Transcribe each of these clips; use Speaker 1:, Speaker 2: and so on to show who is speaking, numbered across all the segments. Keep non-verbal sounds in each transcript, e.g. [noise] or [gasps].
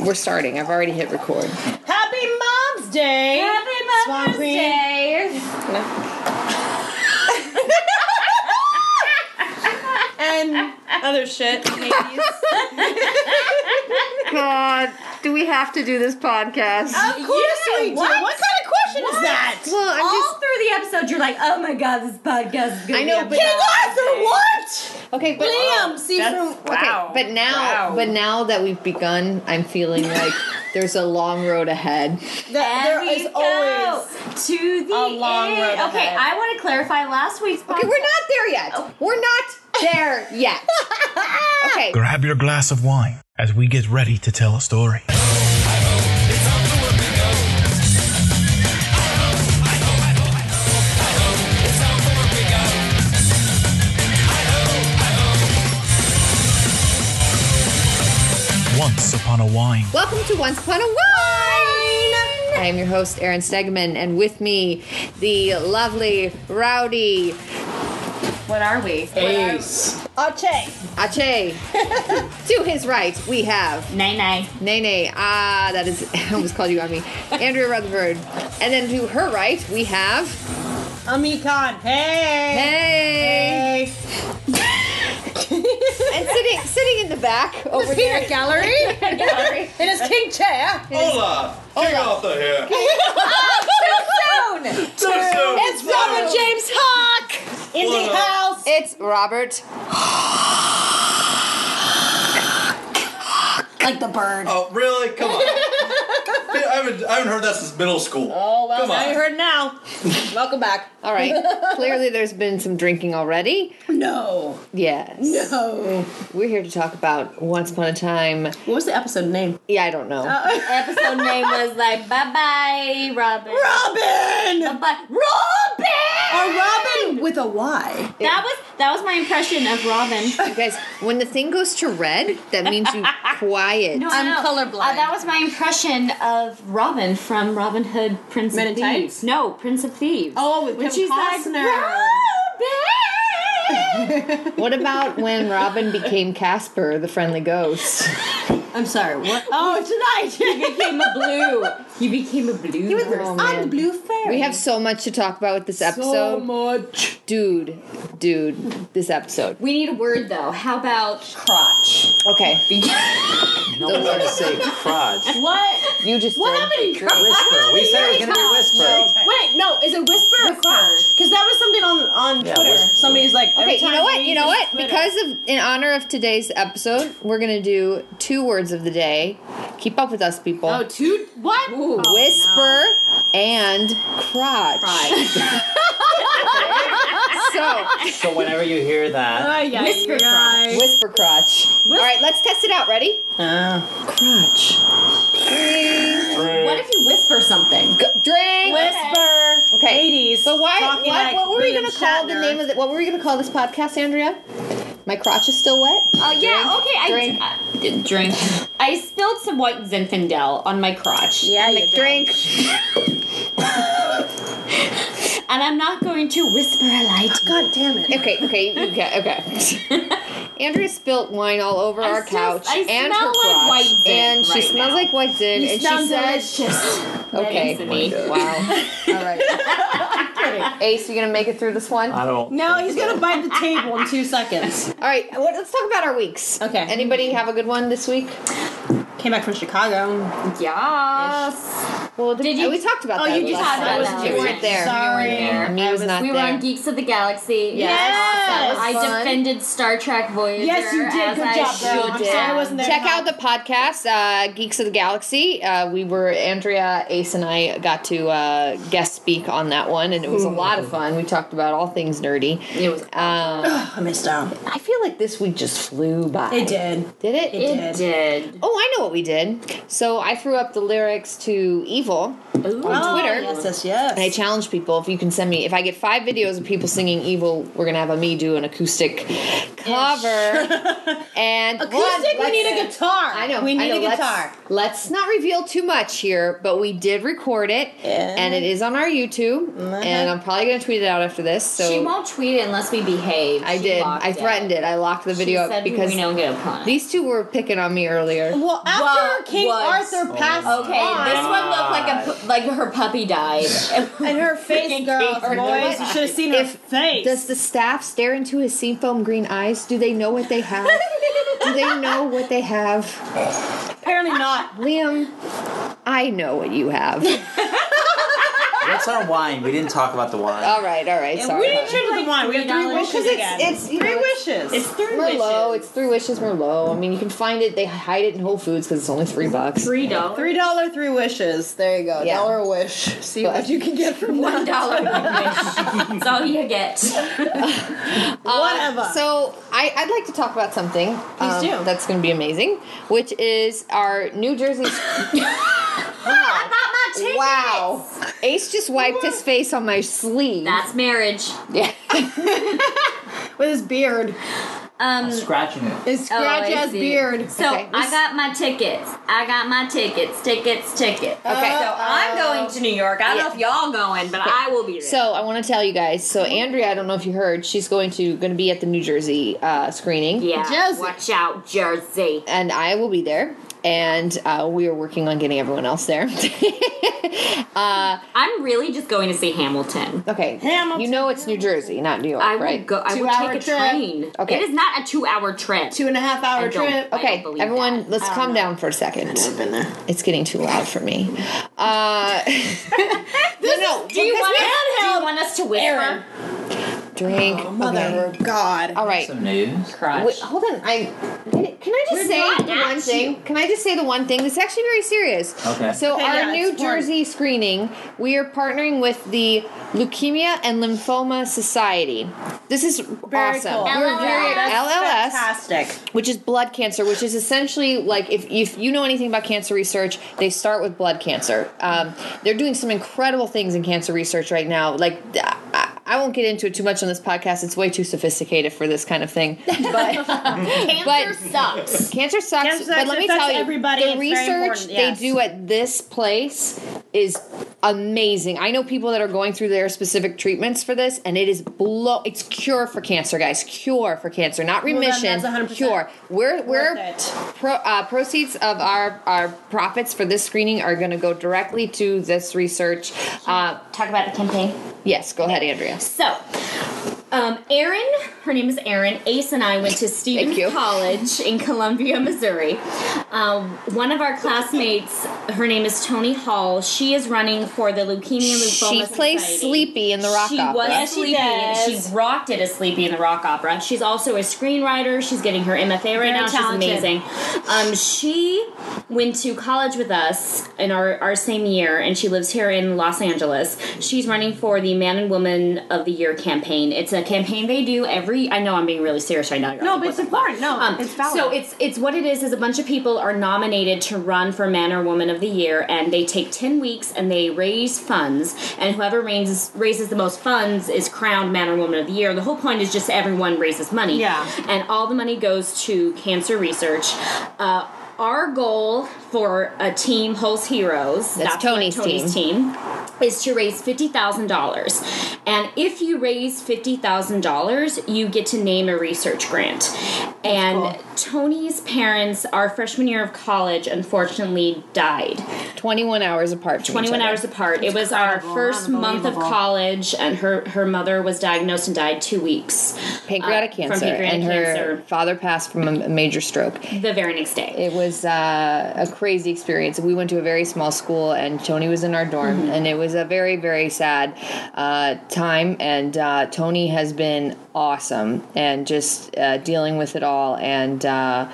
Speaker 1: We're starting. I've already hit record.
Speaker 2: Happy Mom's Day!
Speaker 3: Happy
Speaker 2: Swan
Speaker 3: Mother's
Speaker 2: Queen.
Speaker 3: Day!
Speaker 2: And other shit, ladies.
Speaker 1: God, do we have to do this podcast?
Speaker 2: Of course
Speaker 3: Yeah,
Speaker 2: we do.
Speaker 3: what?
Speaker 2: What kind of question is that?
Speaker 1: well, I'm
Speaker 3: All
Speaker 1: just
Speaker 3: through the episode, you're like, oh my god, this podcast is good.
Speaker 1: I know, but-
Speaker 2: King Arthur, what?
Speaker 1: Oh, okay, but
Speaker 2: Liam, see
Speaker 3: that's-
Speaker 2: from.
Speaker 1: okay,
Speaker 3: Wow.
Speaker 1: but now,
Speaker 3: Wow.
Speaker 1: but now that we've begun, I'm feeling like there's a long road ahead.
Speaker 2: that
Speaker 3: And
Speaker 2: there
Speaker 3: we
Speaker 2: is
Speaker 3: go
Speaker 2: always.
Speaker 3: to the
Speaker 2: a long
Speaker 3: end.
Speaker 2: road
Speaker 3: Okay,
Speaker 2: ahead.
Speaker 3: I want to clarify last week's podcast.
Speaker 1: Okay, we're not there yet. We're not there yet. Okay,
Speaker 4: Grab your glass of wine as we get ready to tell a story. Once upon a wine.
Speaker 1: welcome to Once Upon a Wine. I am your host, Aaron Stegman, and with me, the lovely, rowdy
Speaker 3: What are we?
Speaker 2: Okay.
Speaker 1: Ache.
Speaker 2: [laughs]
Speaker 1: to his right, we have
Speaker 3: Nay, nay.
Speaker 1: Nene, ah, that is, [laughs] I almost called you on me. Andrea Rutherford. And then to her right, we have,
Speaker 2: Amikon. Hey.
Speaker 1: hey!
Speaker 2: Hey.
Speaker 1: And sitting sitting in the back over there.
Speaker 2: peanut gallery.
Speaker 1: [laughs] gallery.
Speaker 2: It is King Chair.
Speaker 5: Hola! King Arthur here. Too soon.
Speaker 2: It's Robert James Hawk in the
Speaker 5: Whoa.
Speaker 2: house.
Speaker 1: It's Robert.
Speaker 2: Like the [laughs] bird.
Speaker 5: Oh, really? Come on. I haven't, I haven't heard that since middle school.
Speaker 2: Oh, well,
Speaker 5: Come
Speaker 2: now
Speaker 5: on.
Speaker 2: you heard now. Welcome back.
Speaker 1: All
Speaker 2: [laughs]
Speaker 1: right. Clearly, there's been some drinking already.
Speaker 2: No.
Speaker 1: Yes.
Speaker 2: No.
Speaker 1: We're here to talk about Once Upon a Time.
Speaker 2: What was the episode name?
Speaker 1: Yeah, I don't know.
Speaker 3: Episode name was like, bye bye, Robin.
Speaker 2: Robin!
Speaker 3: Bye Robin!
Speaker 2: A Robin with a Y.
Speaker 3: That was that was my impression of
Speaker 2: [laughs]
Speaker 3: Robin.
Speaker 1: you guys, when the thing goes to red, that means you quiet.
Speaker 3: No,
Speaker 2: I'm
Speaker 3: no.
Speaker 2: colorblind.
Speaker 3: Uh, that was my impression of Robin from Robin Hood, Prince
Speaker 2: Men in
Speaker 3: of Thieves.
Speaker 2: Tights?
Speaker 3: No, Prince of Thieves.
Speaker 2: Oh, with
Speaker 3: when
Speaker 2: Kim
Speaker 3: she's like,
Speaker 2: Costner.
Speaker 3: Robin!
Speaker 1: What about when Robin became Casper, the friendly ghost?
Speaker 3: I'm sorry, what?
Speaker 2: Oh, [laughs] tonight!
Speaker 3: became a blue. You became a blue.
Speaker 1: was the- Oh, man.
Speaker 2: blue fairy.
Speaker 1: We have so much to talk about with this episode.
Speaker 2: much.
Speaker 1: dude, dude, this episode.
Speaker 3: we need a word though. How about crotch?
Speaker 2: [laughs]
Speaker 1: Okay,
Speaker 6: No one's gonna say crotch.
Speaker 2: What?
Speaker 1: you just
Speaker 2: What
Speaker 1: did.
Speaker 2: happened in crotch?
Speaker 6: [laughs] Whisper. We said it was gonna be whisper.
Speaker 2: Wait, no, is it whisper, or
Speaker 3: Whisper.
Speaker 2: crotch? Because that was something on on
Speaker 6: Yeah,
Speaker 2: Twitter.
Speaker 6: whisper.
Speaker 2: Somebody's like,
Speaker 1: Okay,
Speaker 2: every
Speaker 1: you
Speaker 2: time
Speaker 1: know what?
Speaker 2: they
Speaker 1: You know
Speaker 2: use
Speaker 1: what?
Speaker 2: Twitter-
Speaker 1: Because of in honor of today's episode, we're gonna do two words of the day. Keep up with us, people.
Speaker 2: oh, two what? Oh,
Speaker 1: Whisper and crotch. [laughs] so
Speaker 6: So whenever you hear that,
Speaker 2: yeah,
Speaker 3: Whisper crotch.
Speaker 1: whisper crotch. All right, let's test it out. Ready?
Speaker 2: Uh.
Speaker 1: Crotch.
Speaker 3: What if you whisper something?
Speaker 1: Go- drink.
Speaker 2: Whisper.
Speaker 1: Okay.
Speaker 2: Ladies.
Speaker 1: But why? What,
Speaker 2: talking like
Speaker 1: what were we
Speaker 2: William
Speaker 1: gonna call the
Speaker 2: Shatner.
Speaker 1: name of the? What were we gonna call this podcast, Andrea? My crotch is still wet.
Speaker 3: Oh yeah, okay. I
Speaker 1: drink.
Speaker 3: I did drink. I spilled some white Zinfandel on my crotch.
Speaker 2: Yeah, you
Speaker 1: Drink.
Speaker 3: And I'm not going to whisper a lie to you.
Speaker 2: God damn it.
Speaker 1: Okay, okay, okay,
Speaker 3: [laughs]
Speaker 1: okay. Andrea spilt wine all over
Speaker 3: I
Speaker 1: our
Speaker 3: still-
Speaker 1: couch
Speaker 3: I
Speaker 1: and
Speaker 3: smell
Speaker 1: her
Speaker 3: like
Speaker 1: crotch,
Speaker 3: white zin
Speaker 1: and she
Speaker 3: right
Speaker 1: smells
Speaker 3: now.
Speaker 1: like white zin,
Speaker 3: You
Speaker 1: and she
Speaker 3: sound
Speaker 1: says,
Speaker 3: delicious.
Speaker 1: "Okay,
Speaker 3: That is me.
Speaker 1: wow, all
Speaker 3: [laughs]
Speaker 1: right." Ace, you gonna make it through this one?
Speaker 6: I don't.
Speaker 2: No, he's gonna bite the table in two seconds. [laughs]
Speaker 1: all right, what, let's talk about our weeks.
Speaker 2: Okay.
Speaker 1: Anybody have a good one this week?
Speaker 2: Came back from Chicago.
Speaker 3: Yes.
Speaker 1: Well,
Speaker 3: Did you-
Speaker 1: we talked about?
Speaker 2: Oh,
Speaker 1: that
Speaker 2: you
Speaker 1: last
Speaker 2: just
Speaker 3: talked
Speaker 1: time.
Speaker 3: about that.
Speaker 1: You weren't there.
Speaker 2: Sorry.
Speaker 3: there.
Speaker 1: Me
Speaker 3: I
Speaker 1: was not
Speaker 3: we were
Speaker 1: there.
Speaker 3: on Geeks of the Galaxy.
Speaker 2: Yes.
Speaker 3: I
Speaker 1: That was fun.
Speaker 3: defended Star Trek Voyager.
Speaker 2: Yes, you did.
Speaker 3: As
Speaker 2: Good
Speaker 3: I
Speaker 2: job, girl.
Speaker 3: should
Speaker 2: I'm
Speaker 3: have.
Speaker 2: sorry I wasn't there.
Speaker 1: Check out the podcast, uh, Geeks of the Galaxy. Uh, we were Andrea, Ace, and I got to uh, guest speak on that one, and it was a lot
Speaker 2: Hmm.
Speaker 1: of fun. We talked about all things nerdy.
Speaker 3: It was.
Speaker 1: Um,
Speaker 2: I missed out.
Speaker 1: I feel like this week just flew by.
Speaker 2: It did.
Speaker 1: Did it?
Speaker 2: It
Speaker 3: It did.
Speaker 1: Oh, I know what we did. So I threw up the lyrics to "Evil" on Twitter.
Speaker 2: Oh, yes, yes, yes.
Speaker 1: And I challenged people if you can send me if I get five videos of people singing "Evil," we're gonna have a me we do an acoustic
Speaker 2: [laughs]
Speaker 1: cover. and one,
Speaker 2: Acoustic, we
Speaker 1: let's-
Speaker 2: need a guitar.
Speaker 1: I know.
Speaker 2: We
Speaker 1: I
Speaker 2: need
Speaker 1: know.
Speaker 2: a
Speaker 1: Let's-
Speaker 2: guitar.
Speaker 1: Let's, not reveal too much here, but we did record it, and it is on our YouTube, and I'm probably gonna tweet it out after this. So
Speaker 3: she won't tweet it unless we behave.
Speaker 1: I
Speaker 3: She
Speaker 1: did.
Speaker 3: locked
Speaker 1: I threatened it. I locked the
Speaker 3: She
Speaker 1: video
Speaker 3: said
Speaker 1: up because
Speaker 3: we don't get a pun.
Speaker 1: these two were picking on me earlier.
Speaker 2: Well, after
Speaker 3: What
Speaker 2: King
Speaker 3: was-
Speaker 2: Arthur passed
Speaker 3: Okay, this
Speaker 2: on,
Speaker 3: one looked like a pu- like her puppy died.
Speaker 2: [laughs] and her face,
Speaker 3: Freaking
Speaker 2: girls,
Speaker 3: King Arthur.
Speaker 2: boys, you should have seen her
Speaker 1: If-
Speaker 2: face.
Speaker 1: Does the staff stare into his sea foam green eyes? Do they know what they have? Do they know what they have?
Speaker 2: Apparently [laughs] not.
Speaker 1: Liam, I know what you have.
Speaker 6: What's our wine? We didn't talk about the wine.
Speaker 7: Um,
Speaker 1: all right, all right.
Speaker 2: we
Speaker 1: Sorry.
Speaker 2: didn't
Speaker 1: about
Speaker 2: choose the one. We have three
Speaker 3: $3
Speaker 2: wishes
Speaker 1: because it's-
Speaker 2: again.
Speaker 1: it's, you
Speaker 2: three
Speaker 1: know, it's-
Speaker 2: wishes.
Speaker 3: it's three
Speaker 1: that. Merlot.
Speaker 3: wishes.
Speaker 1: It's three wishes Merlot. I mean, you can find it. They hide it in Whole Foods because it's only [laughs] three bucks.
Speaker 3: three dollars.
Speaker 2: Three dollar three wishes. There you go.
Speaker 1: Yeah.
Speaker 2: Dollar a wish. [laughs] See
Speaker 1: But-
Speaker 2: what you can get from
Speaker 3: One
Speaker 2: that.
Speaker 3: dollar. [laughs] That's all you get.
Speaker 2: Whatever.
Speaker 1: So I, I'd like to talk about something. um,
Speaker 2: do.
Speaker 1: That's going to be amazing, which is our New Jersey.
Speaker 3: [laughs]
Speaker 1: wow. wow. Ace just wiped his face on my sleeve.
Speaker 3: That's marriage.
Speaker 1: [laughs]
Speaker 3: [laughs]
Speaker 1: yeah.
Speaker 2: with his beard,
Speaker 3: Um.
Speaker 6: Scratching it.
Speaker 2: his
Speaker 3: oh, I
Speaker 2: scratch ass
Speaker 3: see.
Speaker 2: beard.
Speaker 3: So
Speaker 1: Okay.
Speaker 3: I got my tickets. I got my tickets. Tickets.
Speaker 1: Okay.
Speaker 3: Tickets. So Uh, I'm going to New York. I don't know if y'all going, but I will be there.
Speaker 1: So I want to tell you guys. So Andrea, I don't know if you heard, she's going to going to be at the New Jersey uh, screening.
Speaker 3: yeah.
Speaker 2: Jersey.
Speaker 3: Watch out, Jersey.
Speaker 1: and I will be there. And uh, we are working on getting everyone else there. [laughs]
Speaker 3: I'm really just going to see Hamilton.
Speaker 1: okay,
Speaker 2: Hamilton.
Speaker 1: you know it's New Jersey, not New York,
Speaker 3: I
Speaker 1: right?
Speaker 3: will go. I will
Speaker 2: Two-hour
Speaker 3: take a
Speaker 2: trip.
Speaker 3: train.
Speaker 1: Okay.
Speaker 3: It is not a two-hour trip.
Speaker 2: Two and a half
Speaker 3: I
Speaker 2: hour
Speaker 3: don't-
Speaker 2: trip.
Speaker 3: I
Speaker 1: Okay,
Speaker 3: don't believe
Speaker 1: everyone,
Speaker 3: that.
Speaker 1: let's calm down for a second.
Speaker 2: been there.
Speaker 1: It's getting too loud for me. Uh, [laughs] no, no,
Speaker 3: Do you
Speaker 1: because
Speaker 3: want?
Speaker 2: we-
Speaker 3: us- Do you want us to whisper?
Speaker 2: Aaron.
Speaker 1: we- drink?
Speaker 2: Oh, Mother
Speaker 1: okay.
Speaker 2: of God.
Speaker 1: All right.
Speaker 6: Some news.
Speaker 1: Wait,
Speaker 3: Oh,
Speaker 1: hold on. I can I just
Speaker 3: We're
Speaker 1: say
Speaker 3: not
Speaker 1: the
Speaker 3: at
Speaker 1: one thing?
Speaker 3: you.
Speaker 1: Can I just say the one thing? This is actually very serious.
Speaker 6: Okay.
Speaker 1: So
Speaker 2: Okay,
Speaker 1: our
Speaker 2: yeah,
Speaker 1: New
Speaker 2: it's porn.
Speaker 1: Jersey screening, we are partnering with the Leukemia and Lymphoma Society. This is
Speaker 2: Very
Speaker 1: awesome.
Speaker 2: cool.
Speaker 1: We're
Speaker 3: LLS.
Speaker 1: very
Speaker 3: That's
Speaker 1: LLS,
Speaker 2: Fantastic.
Speaker 1: which is blood cancer, which is essentially like if if you know anything about cancer research, they start with blood cancer. Um, they're doing some incredible things in cancer research right now. Like. I- I- I won't get into it too much on this podcast. It's way too sophisticated for this kind of thing. But
Speaker 3: Cancer sucks.
Speaker 1: Cancer sucks,
Speaker 2: Cancer
Speaker 1: but
Speaker 2: sucks,
Speaker 1: let me
Speaker 2: it affects
Speaker 1: tell you,
Speaker 2: everybody,
Speaker 1: the
Speaker 2: it's very
Speaker 1: research
Speaker 2: important, yes.
Speaker 1: they do at this place is amazing. I know people that are going through their specific treatments for this, and it is blow. It's cure for cancer, guys. Cure for cancer, not remission.
Speaker 2: that's 100%
Speaker 1: cure. We're
Speaker 2: worth
Speaker 1: we're
Speaker 2: it.
Speaker 1: pro, uh, proceeds of our our profits for this screening are going to go directly to this research. Uh,
Speaker 3: Talk about the campaign.
Speaker 1: yes, go ahead, Andrea.
Speaker 3: So, um, Erin, her name is Erin. Ace and I went to
Speaker 1: Thank you.
Speaker 3: Stevens College in Columbia, Missouri. Um, one of our classmates, her name is Tony Hall. She is running for the Leukemia and Lymphoma
Speaker 1: She plays
Speaker 3: Society.
Speaker 1: Sleepy in the rock
Speaker 3: she
Speaker 1: opera.
Speaker 3: was
Speaker 1: Yes,
Speaker 2: she
Speaker 3: Sleepy.
Speaker 2: does.
Speaker 3: She rocked it as Sleepy in the rock opera. She's also a screenwriter. She's getting her MFA right now.
Speaker 2: talented.
Speaker 3: She's amazing. Um, she went to college with us in our, our same year, and she lives here in Los Angeles. She's running for the Man and Woman of the Year campaign. It's a campaign they do every. I know I'm being really serious right now. You're
Speaker 2: No,
Speaker 3: like,
Speaker 2: but it's important. No,
Speaker 3: um,
Speaker 2: it's valid.
Speaker 3: So it's it's what it is is a bunch of people are nominated to run for man or woman of the year, and they take ten weeks and they raise funds, and whoever raises raises the most funds is crowned man or woman of the year. The whole point is just everyone raises money,
Speaker 2: Yeah.
Speaker 3: and all the money goes to cancer research. Uh, our goal for a team, Hulse Heroes,
Speaker 1: That's
Speaker 3: what
Speaker 1: Tony's
Speaker 3: Tony's team is to raise $50,000. And if you raise $50,000, you get to name a research grant. And Tony's parents, our freshman year of college, unfortunately died.
Speaker 1: Twenty-one hours apart. From each
Speaker 3: 21
Speaker 1: other.
Speaker 3: hours apart. It was our first month of
Speaker 2: Unbelievable.
Speaker 3: college, and her, her mother was diagnosed and died two weeks.
Speaker 1: Pancreatic
Speaker 3: uh, from
Speaker 1: cancer,
Speaker 3: pancreatic
Speaker 1: and her
Speaker 3: cancer.
Speaker 1: father passed from a a major stroke.
Speaker 3: The very next day.
Speaker 1: It was uh, a crazy experience. We went to a very small school, and Tony was in our dorm, and it was a very, very sad uh, time. And uh, Tony has been awesome, and just uh, dealing with it all, and uh,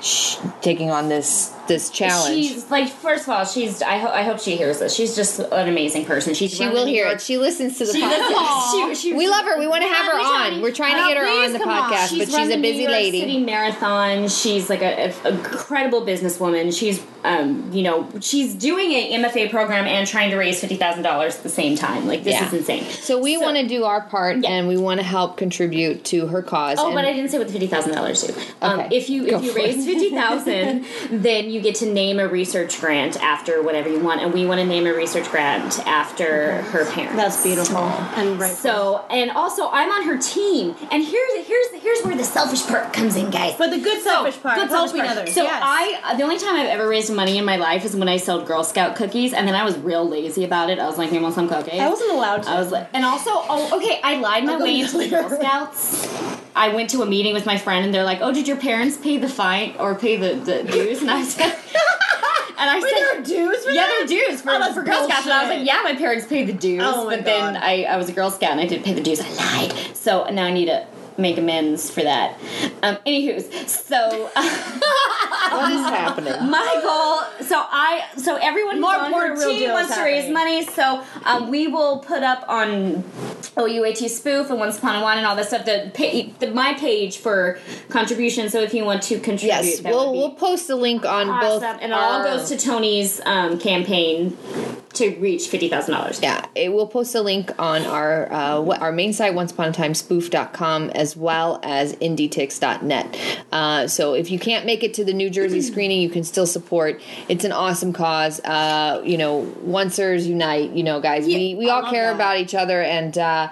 Speaker 1: sh- taking on this this challenge.
Speaker 3: She's like, first of all, she's. I, ho- I hope she hears this. She's just an amazing person. She's
Speaker 1: she
Speaker 3: run
Speaker 1: will
Speaker 3: the New
Speaker 1: hear
Speaker 3: York-
Speaker 1: it. She listens to the
Speaker 3: She
Speaker 1: podcast.
Speaker 3: listens. She, she,
Speaker 1: We love her. We want to have her
Speaker 3: Tony,
Speaker 1: on.
Speaker 3: Tony.
Speaker 1: We're trying
Speaker 3: Oh,
Speaker 1: to get her
Speaker 2: please,
Speaker 1: on the
Speaker 2: come on.
Speaker 1: podcast, but
Speaker 3: run
Speaker 1: she's a
Speaker 3: the
Speaker 1: busy
Speaker 3: New York
Speaker 1: lady.
Speaker 3: City marathon. She's like a, a, a incredible businesswoman. She's, um, you know, she's doing an MFA program and trying to raise fifty thousand dollars at the same time. Like this
Speaker 1: Yeah.
Speaker 3: is insane.
Speaker 1: So we want to do our part, and we want to help contribute to her cause.
Speaker 3: Oh,
Speaker 1: and
Speaker 3: but I didn't say what the fifty thousand dollars do. Um,
Speaker 1: Okay.
Speaker 3: If you
Speaker 1: Go
Speaker 3: if you
Speaker 1: for
Speaker 3: raise fifty thousand,
Speaker 1: [laughs]
Speaker 3: then you get to name a research grant after whatever you want, and we want to name a research grant after her parents.
Speaker 2: That's beautiful. And right.
Speaker 3: So, and also, I'm on her team, and here's here's here's where the selfish part comes in, guys.
Speaker 2: but the good selfish part,
Speaker 3: Good selfish
Speaker 2: helping
Speaker 3: part.
Speaker 2: others.
Speaker 3: So
Speaker 2: yes.
Speaker 3: I, the only time I've ever raised money in my life is when I sold Girl Scout cookies, and then I was real lazy about it. I was like, "You want some cookies?"
Speaker 2: I wasn't allowed to.
Speaker 3: I was like, and also, oh, okay, I lied my
Speaker 2: go
Speaker 3: way
Speaker 2: get
Speaker 3: into the
Speaker 2: later.
Speaker 3: Girl Scouts. I went to a meeting with my friend, and they're like, "Oh, did your parents pay the fine or pay the, the dues?" And
Speaker 2: [laughs]
Speaker 3: I said, "And I
Speaker 2: Wait,
Speaker 3: said,
Speaker 2: there are dues for
Speaker 3: yeah,
Speaker 2: that?
Speaker 3: there are dues for,
Speaker 2: Oh, that's
Speaker 3: for Girl Scouts." And I was
Speaker 2: bullshit.
Speaker 3: like, "Yeah, my parents paid the dues,
Speaker 2: Oh my
Speaker 3: but then
Speaker 2: God.
Speaker 3: I, I was a Girl Scout and I did pay the dues. I lied, so now I need to make amends for that." Um, anywho's, so uh,
Speaker 1: what is happening?
Speaker 3: [laughs] my goal. So I. So everyone who's
Speaker 2: More
Speaker 3: on
Speaker 2: important
Speaker 3: her
Speaker 2: real
Speaker 3: team
Speaker 2: deals
Speaker 3: wants to raise
Speaker 2: happening.
Speaker 3: money. So um, we will put up on OUAT spoof and Once Upon a Wine and all that stuff. The, pa- the my page for contribution. So if you want to contribute,
Speaker 1: Yes,
Speaker 3: that
Speaker 1: we'll
Speaker 3: would be
Speaker 1: we'll post the link on
Speaker 3: awesome.
Speaker 1: both.
Speaker 3: and it all
Speaker 1: our-
Speaker 3: goes to Tony's um, campaign to reach fifty thousand dollars.
Speaker 1: Yeah, it, we'll post a link on our uh, we- our main site, onceuponatimespoof.com, as well as indietix.net. Uh, so if you can't make it to the New
Speaker 3: [clears throat]
Speaker 1: Jersey screening, you can still support. It's an awesome cause. Uh, you know, oncers unite. You know, guys, we, we
Speaker 2: I
Speaker 1: all
Speaker 2: love
Speaker 1: care
Speaker 2: that.
Speaker 1: about each other, and uh,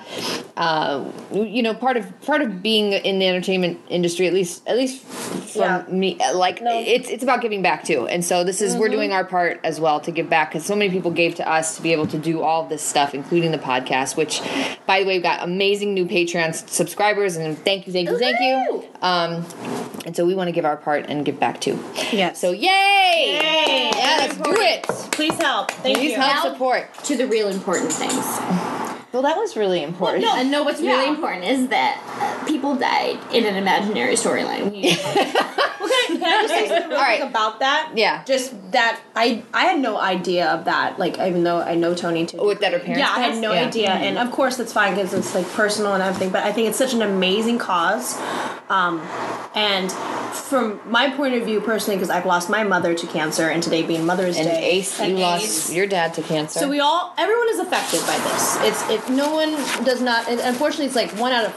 Speaker 1: uh, you know, part of part of being in the entertainment industry, at least at least from
Speaker 2: Yeah.
Speaker 1: me, like it's it's about giving back too. And so this is we're
Speaker 2: Mm-hmm.
Speaker 1: doing our part as well to give back because so many people gave to us to be able to do all this stuff, including the podcast. Which, by the way, we've got amazing new Patreon s- subscribers, and thank you, thank you, thank you. Um, and so we want to give our part and give back too.
Speaker 2: yes.
Speaker 1: So yay!
Speaker 2: Yay!
Speaker 1: Yeah, let's do it.
Speaker 2: please help. Thank
Speaker 1: Please
Speaker 2: you.
Speaker 1: help
Speaker 3: Now-
Speaker 1: support.
Speaker 3: To the real important things.
Speaker 1: Well, that was really important.
Speaker 3: And no, what's
Speaker 2: Yeah.
Speaker 3: really important is that uh, people died in an imaginary storyline. We-
Speaker 2: Can I just say something real
Speaker 1: [laughs] All right.
Speaker 2: quick about that?
Speaker 1: Yeah.
Speaker 2: Just that I I had no idea of that. Like even though I know Tony too.
Speaker 1: With that her parents
Speaker 2: Yeah, I had
Speaker 1: passed?
Speaker 2: no
Speaker 1: Yeah.
Speaker 2: idea, and of course that's fine because it's like personal and everything. But I think it's such an amazing cause, um, and from my point of view personally, because I've lost my mother to cancer, and today being Mother's
Speaker 1: and
Speaker 2: Day,
Speaker 1: Ace, you
Speaker 2: and
Speaker 1: lost
Speaker 2: Ace.
Speaker 1: your dad to cancer.
Speaker 2: So we all, everyone is affected by this. It's it. No one does not. And unfortunately, it's like one out of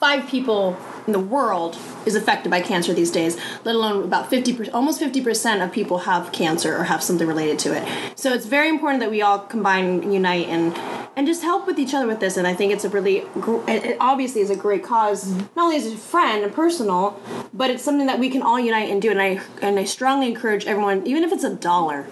Speaker 2: five people in the world is affected by cancer these days. Let alone about fifty, per- almost fifty percent of people have cancer or have something related to it. So it's very important that we all combine, unite, and and just help with each other with this. And I think it's a really, gr- it it obviously is a great because Not only is it a friend and personal, but it's something that we can all unite and do. And I and I strongly encourage everyone, even if it's a dollar,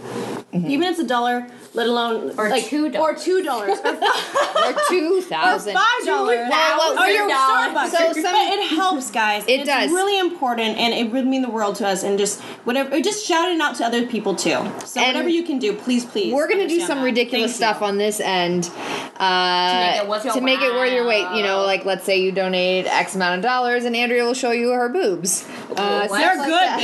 Speaker 2: even if it's a dollar, let alone
Speaker 3: Mm-hmm. Or
Speaker 2: like
Speaker 3: two
Speaker 2: or
Speaker 3: dollars.
Speaker 2: two dollars, [laughs] or
Speaker 3: [laughs]
Speaker 1: or two thousand.
Speaker 2: five dollars, or your Starbucks.
Speaker 1: So some-
Speaker 2: but it helps, guys.
Speaker 1: It
Speaker 2: it's
Speaker 1: does.
Speaker 2: really important, and it would mean the world to us. And just whatever, or just shouting out to other people too. So
Speaker 1: And
Speaker 2: whatever you can do, please, please.
Speaker 1: We're gonna do
Speaker 2: understand
Speaker 1: some
Speaker 2: that.
Speaker 1: ridiculous
Speaker 2: Thank you.
Speaker 1: stuff on this end uh,
Speaker 3: make it worth your
Speaker 1: to make it worth your wait. You know,
Speaker 3: while.
Speaker 1: like let's say you donate X amount of dollars, and Andrea will show you her boobs. Uh,
Speaker 3: What?
Speaker 1: stuff
Speaker 2: They're
Speaker 1: like
Speaker 2: good,
Speaker 1: that.
Speaker 3: [laughs]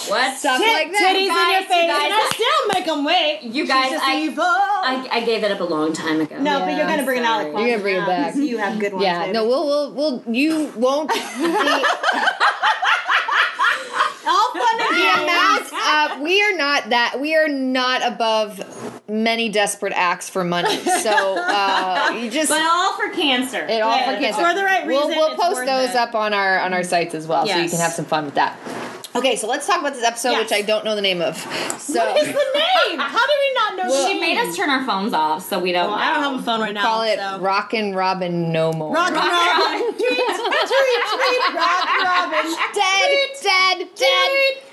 Speaker 2: baby.
Speaker 3: what?
Speaker 1: Stuff like that.
Speaker 2: Titties in
Speaker 3: guys,
Speaker 2: your
Speaker 3: you
Speaker 2: face,
Speaker 3: guys-
Speaker 2: and I still make them wait.
Speaker 3: You
Speaker 2: She's
Speaker 3: guys,
Speaker 2: just
Speaker 3: I-
Speaker 2: evil.
Speaker 3: I, I gave that up a long time ago.
Speaker 2: no, but
Speaker 1: Yeah,
Speaker 2: you're gonna bring it out.
Speaker 3: sorry.
Speaker 2: like,
Speaker 1: You're gonna bring it back.
Speaker 2: [laughs] You have good ones.
Speaker 1: Yeah,
Speaker 2: baby.
Speaker 1: no, we'll, we'll, we'll, you won't be, the
Speaker 2: [laughs] all fun and
Speaker 1: amount of, we are not that, we are not above many desperate acts for money. So, uh, you just,
Speaker 3: But all for cancer.
Speaker 1: it all
Speaker 2: Yeah,
Speaker 1: for
Speaker 2: it's
Speaker 1: kids.
Speaker 2: for the right
Speaker 1: We'll,
Speaker 2: reason,
Speaker 1: we'll
Speaker 2: it's
Speaker 1: post
Speaker 2: worth
Speaker 1: those
Speaker 2: it.
Speaker 1: up on our on our sites as well, so you
Speaker 2: Yes.
Speaker 1: can have some fun with that. Okay, so let's talk about this episode,
Speaker 2: Yes.
Speaker 1: which I don't know the name of. So
Speaker 2: What is the name? How did we not know?
Speaker 3: she
Speaker 1: [laughs]
Speaker 3: made us turn our phones off, so we don't.
Speaker 2: Well, I don't have a
Speaker 3: [laughs]
Speaker 2: phone right now.
Speaker 1: call it
Speaker 2: so.
Speaker 1: Rockin' Robin No More.
Speaker 2: Rock,
Speaker 3: Rock
Speaker 2: Robin.
Speaker 3: Robin.
Speaker 2: tweet, tweet, tweet, Rock Robin.
Speaker 1: dead, dead, dead.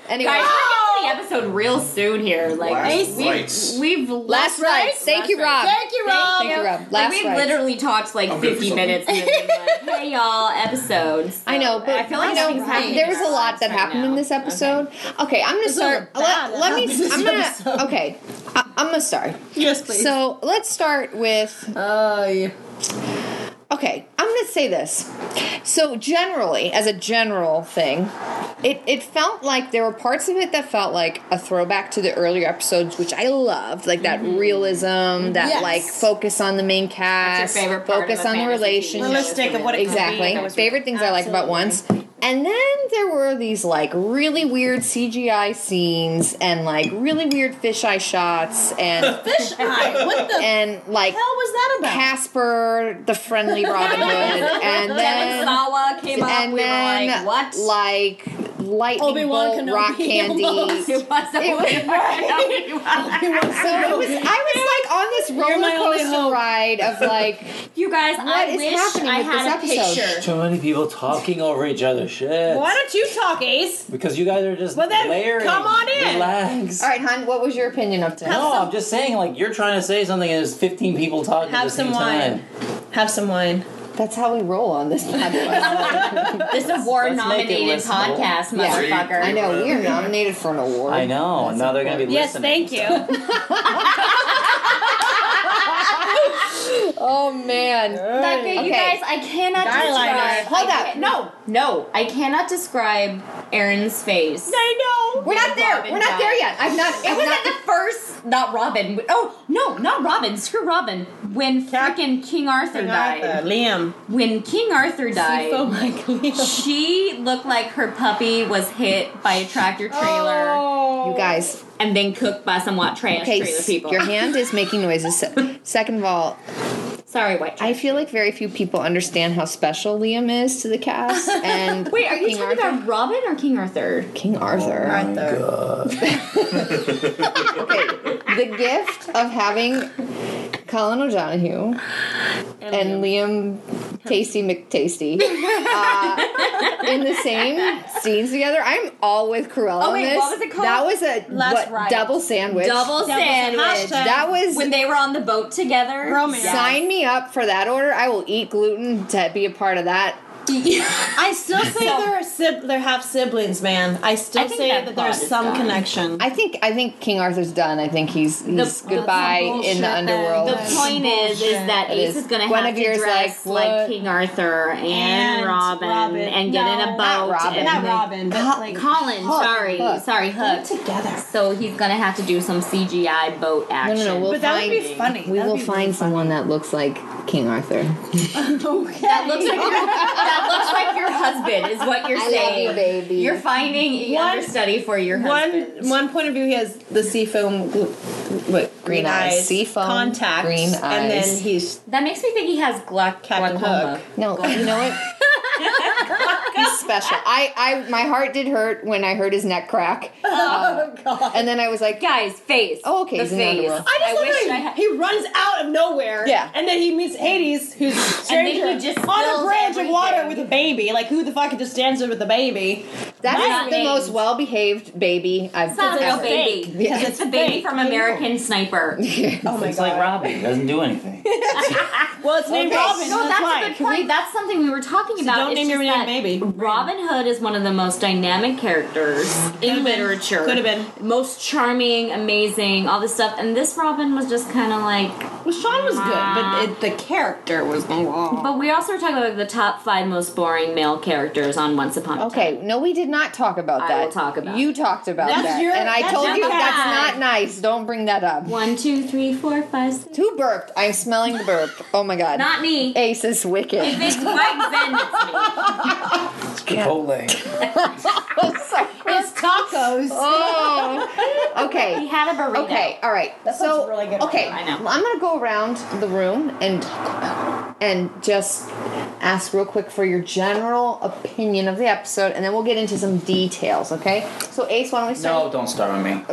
Speaker 1: Anyway,
Speaker 3: Guys, we're getting to the episode real soon here. Like
Speaker 5: Last
Speaker 3: we've,
Speaker 5: rights.
Speaker 3: we've
Speaker 1: last
Speaker 3: last
Speaker 1: rights. Thank you, Rob.
Speaker 2: Thank you, Rob.
Speaker 1: Thank you, Rob.
Speaker 3: Like,
Speaker 1: Last
Speaker 3: we've
Speaker 1: rights.
Speaker 3: literally talked like
Speaker 7: Oh,
Speaker 5: I'm good for
Speaker 3: 50
Speaker 5: something.
Speaker 3: minutes. And then we've been like, hey y'all, episodes.
Speaker 1: I know, but
Speaker 3: I feel like
Speaker 1: you know,
Speaker 3: something's happening
Speaker 1: there was
Speaker 3: in our
Speaker 1: a lot
Speaker 3: lives
Speaker 1: that
Speaker 3: right
Speaker 1: happened in
Speaker 3: now.
Speaker 1: this episode. Okay, I'm gonna
Speaker 2: all
Speaker 1: start.
Speaker 2: the bad
Speaker 1: Let,
Speaker 2: that
Speaker 1: let me.
Speaker 2: happens in
Speaker 1: I'm
Speaker 2: this
Speaker 1: gonna.
Speaker 2: episode.
Speaker 1: Okay, I, I'm gonna start.
Speaker 2: Yes, please.
Speaker 1: So let's start with
Speaker 2: uh, yeah.
Speaker 1: okay, I'm gonna say this. So generally, as a general thing, it, it felt like there were parts of it that felt like a throwback to the earlier episodes, which I loved, like that
Speaker 7: Mm-hmm.
Speaker 1: realism, that
Speaker 2: Yes.
Speaker 1: like focus on the main cast,
Speaker 7: favorite part of
Speaker 1: focus
Speaker 7: a
Speaker 1: on the
Speaker 7: fantasy TV show.
Speaker 1: relationship.
Speaker 7: Realistic of what it could be,
Speaker 1: exactly.
Speaker 7: that was
Speaker 1: favorite things I like about once. And then there were these like really weird CGI scenes and like really weird fisheye shots and
Speaker 2: Fish eye. What the hell
Speaker 1: and like
Speaker 2: was that about?
Speaker 1: Casper, the friendly Robin Hood, and
Speaker 7: Devin
Speaker 1: then
Speaker 7: Sawa came up.
Speaker 1: and
Speaker 7: we
Speaker 1: then
Speaker 7: were like,
Speaker 3: [laughs]
Speaker 7: what?
Speaker 1: like lightning
Speaker 2: Obi-Wan
Speaker 1: bolt
Speaker 2: Kenobi
Speaker 1: rock candy. [laughs]
Speaker 2: almost.
Speaker 1: So
Speaker 7: it was a
Speaker 1: it was, I was like on
Speaker 2: my
Speaker 1: this roller
Speaker 2: only
Speaker 1: coaster
Speaker 2: hope.
Speaker 1: ride of like,
Speaker 3: You guys,
Speaker 1: What
Speaker 3: I
Speaker 1: is
Speaker 3: wish
Speaker 1: happening
Speaker 3: I
Speaker 1: with
Speaker 3: had a
Speaker 1: this episode?
Speaker 3: picture.
Speaker 6: Too many people talking over each other. Shit.
Speaker 7: Why don't you talk, Ace?
Speaker 6: Because you guys are just
Speaker 7: Well, then,
Speaker 6: layering.
Speaker 7: come on in.
Speaker 6: Relax.
Speaker 1: all right, hon, what was your opinion of today?
Speaker 6: No, I'm just saying, like, you're trying to say something and there's 15 people talking at
Speaker 7: Have
Speaker 6: the same
Speaker 7: some wine.
Speaker 6: time.
Speaker 7: Have some wine.
Speaker 1: That's how we roll on this podcast.
Speaker 3: This award nominated
Speaker 6: Let's make it listenable.
Speaker 3: podcast, motherfucker.
Speaker 1: I know we are nominated for an award.
Speaker 6: I know. and now they're going to be
Speaker 7: Yes,
Speaker 6: listening.
Speaker 7: thank you.
Speaker 1: Oh man,
Speaker 3: Becca,
Speaker 1: Okay.
Speaker 3: you guys, I cannot
Speaker 7: Guyliner.
Speaker 3: describe.
Speaker 1: Hold
Speaker 3: I
Speaker 1: up.
Speaker 3: can't- No, no, I cannot describe Aaron's face.
Speaker 7: I know.
Speaker 1: we're not there.
Speaker 3: Robin
Speaker 1: We're not there
Speaker 3: died.
Speaker 1: yet. I've not.
Speaker 3: It
Speaker 1: I've
Speaker 3: was
Speaker 1: not-
Speaker 3: at the first, not Robin. Oh no, not Robin. Screw Robin. When
Speaker 7: Cap-
Speaker 3: freaking King Arthur died.
Speaker 7: Uh, Liam.
Speaker 3: When King Arthur died,
Speaker 7: Oh my god.
Speaker 3: [laughs] she looked like her puppy was hit by a tractor trailer [laughs]
Speaker 1: you guys,
Speaker 3: and then cooked by some white trash
Speaker 1: Oh. okay,
Speaker 3: trailer
Speaker 1: s-
Speaker 3: people.
Speaker 1: your hand is making noises.
Speaker 3: [laughs]
Speaker 1: Se- Second of all,
Speaker 3: Sorry, white. Trash.
Speaker 1: I feel like very few people understand how special Liam is to the
Speaker 3: [laughs]
Speaker 1: cast. And
Speaker 3: Wait, are you
Speaker 1: King
Speaker 3: talking
Speaker 1: Arthur?
Speaker 3: about Robin or King Arthur?
Speaker 1: King Arthur?
Speaker 3: [laughs]
Speaker 1: the gift of having Colin O'Donohue and Liam Tasty McTasty uh, in the same scenes together. I'm all with Cruella.
Speaker 3: Oh,
Speaker 1: on
Speaker 3: wait,
Speaker 1: this.
Speaker 3: what was it called?
Speaker 1: That was a what,
Speaker 7: Riot.
Speaker 1: double sandwich.
Speaker 3: Double sandwich.
Speaker 7: Hashtag.
Speaker 1: That was
Speaker 3: When they were on the boat together.
Speaker 7: Romance.
Speaker 1: sign me up for that order. I will eat gluten to be a part of that.
Speaker 7: I still say
Speaker 3: So-
Speaker 7: they're sib- they're half siblings, man. I still
Speaker 3: I think
Speaker 7: say
Speaker 3: that
Speaker 7: that,
Speaker 3: bond
Speaker 7: there's
Speaker 3: is
Speaker 7: some
Speaker 3: done.
Speaker 7: connection.
Speaker 1: I think I think King Arthur's done. I think he's he's
Speaker 3: the
Speaker 1: goodbye
Speaker 7: bullshit
Speaker 1: in the
Speaker 7: then.
Speaker 1: underworld.
Speaker 3: The
Speaker 7: That's
Speaker 3: point is, is that
Speaker 1: It
Speaker 3: Ace
Speaker 1: is.
Speaker 3: is, going to have to
Speaker 1: Guinevere's
Speaker 3: dress
Speaker 1: like,
Speaker 3: like,
Speaker 1: what?
Speaker 3: King Arthur and,
Speaker 7: And
Speaker 3: Robin,
Speaker 7: Robin.
Speaker 3: and get in a
Speaker 7: No,
Speaker 3: boat.
Speaker 1: not Robin.
Speaker 3: and
Speaker 7: Not
Speaker 1: they-
Speaker 7: Robin, but like
Speaker 3: Colin,
Speaker 1: Hook,
Speaker 3: sorry,
Speaker 1: Hook.
Speaker 3: sorry, Hook.
Speaker 7: together.
Speaker 3: So he's going to have to do some CGI boat
Speaker 1: no,
Speaker 3: action.
Speaker 1: no, no. We'll
Speaker 7: But that would
Speaker 1: find,
Speaker 7: be funny.
Speaker 1: We
Speaker 7: That would
Speaker 1: will
Speaker 7: be
Speaker 1: find someone that looks like King Arthur.
Speaker 3: that looks like your, that looks like your husband is what you're
Speaker 1: I love
Speaker 3: saying,
Speaker 1: you, baby.
Speaker 3: You're finding
Speaker 7: One-
Speaker 3: one study for your husband.
Speaker 7: One one point of view, he has the seafoam, gl- what green,
Speaker 1: Green eyes.
Speaker 7: eyes,
Speaker 1: Seafoam,
Speaker 7: contacts,
Speaker 1: green
Speaker 7: and then
Speaker 1: eyes.
Speaker 7: he's
Speaker 3: That makes me think he has glauc-
Speaker 7: Captain
Speaker 3: glaucoma.
Speaker 7: Hook.
Speaker 1: No, you know what? [laughs] He's special. I, I, my heart did hurt when I heard his neck
Speaker 7: [laughs]
Speaker 1: crack.
Speaker 7: Oh,
Speaker 1: Um, And then I was like,
Speaker 3: Guys, face.
Speaker 1: Oh, okay,
Speaker 3: The
Speaker 1: he's in the
Speaker 3: face.
Speaker 1: underworld.
Speaker 7: I just love
Speaker 3: wish
Speaker 7: how
Speaker 3: I
Speaker 7: he,
Speaker 3: had.
Speaker 7: he runs out of nowhere.
Speaker 1: Yeah.
Speaker 7: And then he meets Hades, who's a
Speaker 3: And then he
Speaker 7: stranger,
Speaker 3: just
Speaker 7: on
Speaker 3: spills
Speaker 7: a branch of water
Speaker 3: everything.
Speaker 7: with a baby. Like who the fuck just stands there with a baby?
Speaker 1: that
Speaker 3: Not
Speaker 1: is the
Speaker 3: named.
Speaker 1: most well-behaved baby I've
Speaker 3: It's not a real
Speaker 1: ever.
Speaker 3: baby.
Speaker 1: Yeah.
Speaker 3: It's a baby
Speaker 7: fake.
Speaker 3: from
Speaker 1: [laughs]
Speaker 3: American Sniper.
Speaker 7: Oh my
Speaker 6: It's
Speaker 7: god.
Speaker 6: like Robin. Doesn't do
Speaker 7: [laughs]
Speaker 6: anything.
Speaker 7: Well, it's named
Speaker 1: Okay.
Speaker 7: Robin.
Speaker 3: No, that's
Speaker 7: why.
Speaker 3: a good point. That's something we were talking about.
Speaker 7: don't
Speaker 3: It's
Speaker 7: name your
Speaker 3: just
Speaker 7: name
Speaker 3: that
Speaker 7: baby.
Speaker 3: Robin Hood is one of the most dynamic characters in
Speaker 7: been.
Speaker 3: literature.
Speaker 7: Could've been.
Speaker 3: Most charming, amazing, all this stuff. And this Robin was just kind of like.
Speaker 7: Well, Sean was good, but it, the character was the law.
Speaker 3: But we also were talking about the top five most boring male characters on Once Upon a Time.
Speaker 1: Okay, no, we did not talk about
Speaker 3: I
Speaker 1: that.
Speaker 3: will talk about
Speaker 1: you talked about
Speaker 7: That's
Speaker 1: that,
Speaker 7: your-
Speaker 1: and I
Speaker 7: that's
Speaker 1: told
Speaker 7: your
Speaker 1: you
Speaker 7: bad.
Speaker 1: that's not nice. Don't bring that up.
Speaker 3: One, two, three, four, five, six.
Speaker 1: Who burped? I'm smelling the burp. Oh my god!
Speaker 3: Not me.
Speaker 1: Ace is
Speaker 7: [laughs]
Speaker 1: wicked.
Speaker 3: It's Mike Zen that's me.
Speaker 7: [laughs]
Speaker 6: Chipotle.
Speaker 1: oh, sorry.
Speaker 7: It's tacos.
Speaker 1: Oh.
Speaker 7: [laughs]
Speaker 1: Okay.
Speaker 3: He had a burrito.
Speaker 1: Okay, all right. That so,
Speaker 7: sounds really good.
Speaker 1: Okay,
Speaker 3: I know.
Speaker 1: I'm gonna go around the room and and just ask real quick for your general opinion of the episode, and then we'll get into some details. Okay. So, Ace, why don't we start?
Speaker 6: No, don't start on me.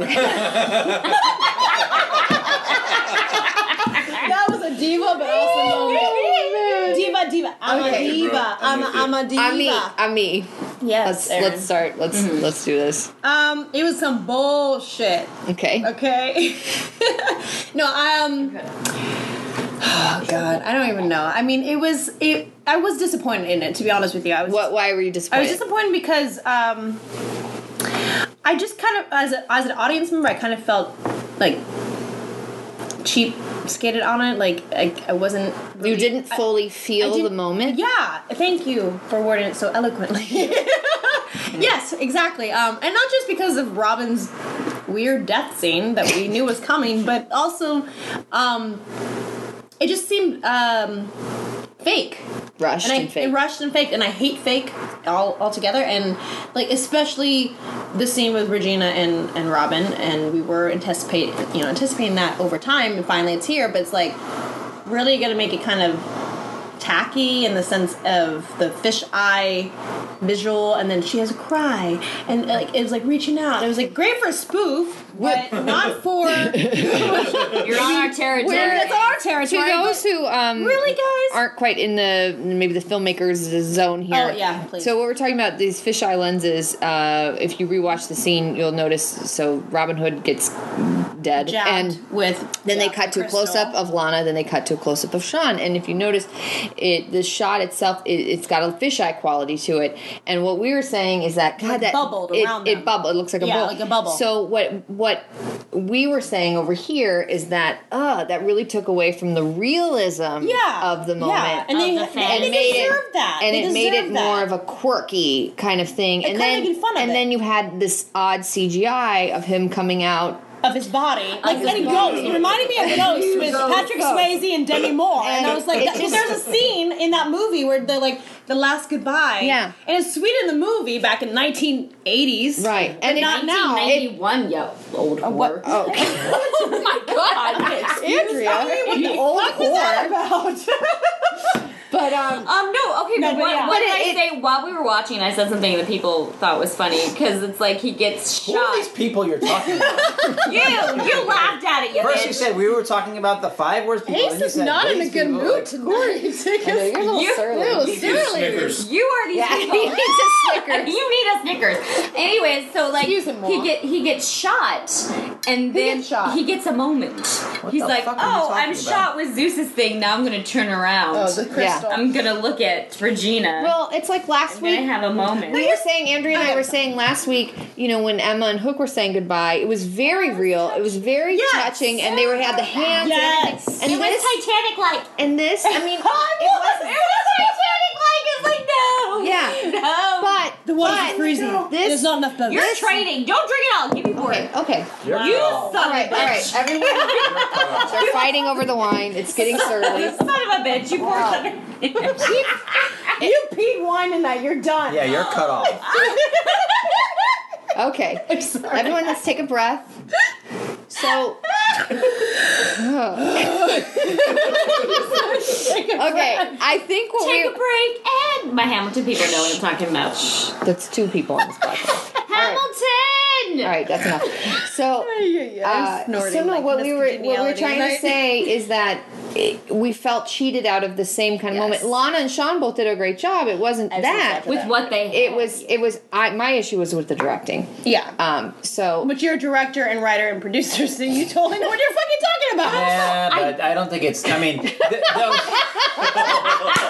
Speaker 7: That was a diva, but also no diva, diva. I'm
Speaker 1: Okay.
Speaker 7: a diva. I'm a, I'm a diva.
Speaker 1: I'm me. I'm me. Let's
Speaker 7: Yes.
Speaker 1: let's start. Let's
Speaker 3: Mm-hmm.
Speaker 1: let's do this.
Speaker 7: Um, it was some bullshit.
Speaker 1: Okay.
Speaker 7: Okay. [laughs] no, I um. [sighs] Oh God, I don't even know. I mean, it was it. I was disappointed in it, to be honest with you. I was.
Speaker 1: What? Why were you
Speaker 7: I
Speaker 1: disappointed?
Speaker 7: was disappointed because um, I just kind of as a, as an audience member, I kind of felt like
Speaker 2: cheap skated on it. Like I, I wasn't.
Speaker 1: You
Speaker 2: really-
Speaker 1: didn't fully feel the
Speaker 2: didn't-
Speaker 1: moment. Mm.
Speaker 2: Yeah, thank you for wording it so eloquently. [laughs] yes, exactly. Um, and not just because of Robin's weird death scene that we knew was coming, but also, um, it just seemed um, fake.
Speaker 1: Rushed
Speaker 2: And I
Speaker 1: and fake.
Speaker 2: it rushed and fake, and I hate fake all altogether. And like especially the scene with Regina and and Robin, and we were anticipating you know anticipating that over time, and finally it's here. But it's like really gonna make it kind of tacky in the sense of the fish eye visual and then she has a cry and like it was like reaching out it was like great for a spoof but not
Speaker 1: [laughs]
Speaker 2: for
Speaker 3: You're on our territory.
Speaker 2: that's our territory
Speaker 1: to those who um,
Speaker 2: Really, guys?
Speaker 1: aren't quite in the maybe the filmmakers zone here.
Speaker 2: Oh, yeah, please.
Speaker 1: So what we're talking about these fisheye lenses. Uh, if you rewatch the scene, you'll notice. So Robin Hood gets dead,
Speaker 2: Jabbed
Speaker 1: and
Speaker 2: with
Speaker 1: then they
Speaker 2: yeah,
Speaker 1: cut to a
Speaker 2: crystal.
Speaker 1: close up of Lana. Then they cut to a close up of Sean. And if you notice, it the shot itself, it, it's got a fisheye quality to it. And what we were saying is that God, that
Speaker 2: bubbled
Speaker 1: it,
Speaker 2: around
Speaker 1: It
Speaker 2: them.
Speaker 1: bubbled. It looks like a
Speaker 2: Yeah,
Speaker 1: bubble.
Speaker 2: like a bubble.
Speaker 1: So what what we were saying over here is that uh that really took away from the realism
Speaker 2: yeah
Speaker 1: of the
Speaker 2: yeah.
Speaker 1: moment. Um,
Speaker 2: and they,
Speaker 3: Of the
Speaker 2: and
Speaker 3: fan.
Speaker 2: they
Speaker 1: And made it-
Speaker 2: deserved that
Speaker 1: and
Speaker 2: They
Speaker 1: it made it
Speaker 2: deserved that.
Speaker 1: more of a quirky kind of thing, and
Speaker 2: kinda
Speaker 1: then
Speaker 2: making fun of
Speaker 1: and
Speaker 2: it.
Speaker 1: then you had this odd CGI of him coming out
Speaker 2: of his body. Like
Speaker 1: his body.
Speaker 2: in Ghost. It reminded me
Speaker 1: [laughs]
Speaker 2: of Ghost with Patrick Swayze and Demi Moore. And, I was like,
Speaker 1: it
Speaker 2: that- 'cause
Speaker 1: just-
Speaker 2: there's a scene in that movie where they're like, the last goodbye.
Speaker 1: Yeah.
Speaker 2: And it's sweet in the movie back in 1980s.
Speaker 1: right,
Speaker 2: But
Speaker 1: and it-
Speaker 2: not now. It,
Speaker 3: 1991, yo, old whore.
Speaker 1: What? Oh,
Speaker 3: Oh my
Speaker 1: [laughs]
Speaker 3: god.
Speaker 1: Andrea,
Speaker 2: what the old fuck was that about? [laughs]
Speaker 1: but um,
Speaker 3: [laughs] Um, no, okay, but,
Speaker 2: but
Speaker 3: what,
Speaker 2: yeah.
Speaker 3: what
Speaker 1: But
Speaker 3: did
Speaker 1: it-
Speaker 3: I say while we were watching? I said something that people thought was funny because it's like he gets
Speaker 6: Who are these
Speaker 3: shot.
Speaker 6: people you're talking about?
Speaker 3: you, you laughed at it, you
Speaker 6: First, you
Speaker 3: bitch.
Speaker 6: said we were talking about the five worst people. then
Speaker 2: Ace
Speaker 6: you
Speaker 2: is
Speaker 6: said
Speaker 2: not in a
Speaker 6: these
Speaker 2: good
Speaker 6: people.
Speaker 2: mood tonight.
Speaker 1: you're a little
Speaker 3: You- [laughs]
Speaker 1: surly.
Speaker 5: Snickers.
Speaker 3: you are these
Speaker 1: Yeah, [laughs]
Speaker 3: people.
Speaker 1: he needs a Snickers.
Speaker 3: [laughs] You need a Snickers. Anyways, so like
Speaker 2: Excuse him,
Speaker 3: he
Speaker 2: Mom.
Speaker 3: get he gets shot, and then
Speaker 2: gets shot.
Speaker 3: he gets a moment. He's
Speaker 6: the
Speaker 3: like,
Speaker 6: fuck are you
Speaker 3: "Oh,
Speaker 6: talking
Speaker 3: I'm
Speaker 6: about?"
Speaker 3: shot with Zeus's thing. Now I'm gonna turn around.
Speaker 1: crystal.
Speaker 3: I'm gonna look at Regina.
Speaker 1: Oh, Well, it's like last
Speaker 3: I'm gonna
Speaker 1: week.
Speaker 3: have a moment."
Speaker 1: we were saying Andrea and I were saying last week, you know, when Emma and Hook were saying goodbye, it was very real. It was very
Speaker 2: Yes.
Speaker 1: touching, and they were had the hands.
Speaker 2: Yes.
Speaker 1: and, everything. and this,
Speaker 3: Titanic like.
Speaker 1: and this. I
Speaker 2: [laughs]
Speaker 1: mean,
Speaker 3: [laughs] It was Titanic like. It's like no.
Speaker 1: Yeah.
Speaker 3: No.
Speaker 1: but
Speaker 2: The water's
Speaker 1: but
Speaker 2: freezing.
Speaker 1: This
Speaker 2: There's not enough
Speaker 3: You're
Speaker 2: bubbles.
Speaker 3: trading. Don't drink it all. Give me more.
Speaker 1: Okay. Okay.
Speaker 6: You're
Speaker 3: You
Speaker 6: wrong.
Speaker 3: son
Speaker 1: All right.
Speaker 3: of a
Speaker 1: All
Speaker 3: bitch.
Speaker 2: [laughs]
Speaker 1: right. Everyone, they're fighting over the wine. It's getting surly.
Speaker 3: Son of a bitch. You poor son of a
Speaker 2: You peed wine tonight. You're done.
Speaker 6: Yeah, you're cut off.
Speaker 1: Okay. Everyone, let's take a breath. So. okay. I think what we
Speaker 3: Take a break. And my Hamilton people know what I'm talking about. Shh.
Speaker 1: That's two people on this podcast.
Speaker 3: Hamilton.
Speaker 1: All right, that's enough.
Speaker 2: [laughs]
Speaker 1: So, uh, so no, what we were what we were trying to say is that it, we felt cheated out of the same kind of moment. Lana and Sean both did a great job. It wasn't that.
Speaker 3: With what they.
Speaker 1: it was it was I my issue was with the directing.
Speaker 2: Yeah.
Speaker 1: Um. So
Speaker 2: but you're a director and writer and producer, so you totally know what you're fucking talking about.
Speaker 6: Yeah, but I, don't think it's. I
Speaker 2: [laughs]
Speaker 6: mean, th- those- I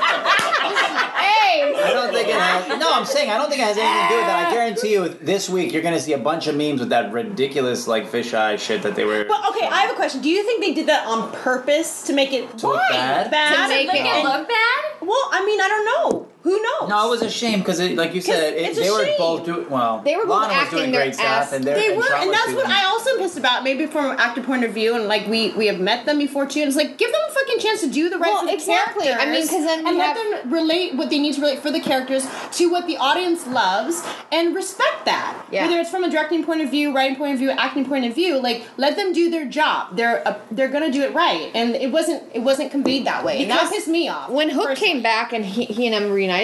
Speaker 1: hey,
Speaker 6: don't think it has. No, I'm saying I don't think it has anything to do with that. I guarantee you, this week you're gonna see a bunch of memes with that ridiculous like fisheye shit that they were.
Speaker 2: But okay, I have a question. Do you think they did that on purpose to make it
Speaker 6: To look
Speaker 2: why?
Speaker 6: bad?
Speaker 3: Does it
Speaker 1: make
Speaker 3: make
Speaker 1: it
Speaker 3: it
Speaker 2: And-
Speaker 3: look bad?
Speaker 2: Well, I mean, I don't know. Who knows?
Speaker 6: No, it was a shame because, like you said,
Speaker 2: 'Cause
Speaker 6: it,
Speaker 2: it's a
Speaker 6: they were
Speaker 2: shame.
Speaker 6: both doing well.
Speaker 1: They were both
Speaker 6: Lana was
Speaker 1: acting
Speaker 6: doing
Speaker 1: their
Speaker 6: great
Speaker 1: ass.
Speaker 6: stuff, and
Speaker 2: They
Speaker 6: and
Speaker 2: were,
Speaker 6: Sean
Speaker 2: and
Speaker 6: was
Speaker 2: that's what
Speaker 6: doing-
Speaker 2: I also am pissed about. Maybe from an actor point of view, and like we we have met them before too. And it's like give them a fucking chance to do the right
Speaker 1: Well,
Speaker 2: for the
Speaker 1: exactly. I
Speaker 2: characters,
Speaker 1: mean, 'cause then
Speaker 2: and
Speaker 1: we have-
Speaker 2: let them relate what they need to relate for the characters to what the audience loves, and respect that.
Speaker 1: Yeah.
Speaker 2: Whether it's from a directing point of view, writing point of view, acting point of view, like let them do their job. They're uh, they're gonna do it right, and it wasn't it wasn't conveyed that way. and that
Speaker 1: Because
Speaker 2: pissed me off.
Speaker 1: when Hook
Speaker 2: personally.
Speaker 1: came back and he, he and Emma reunited,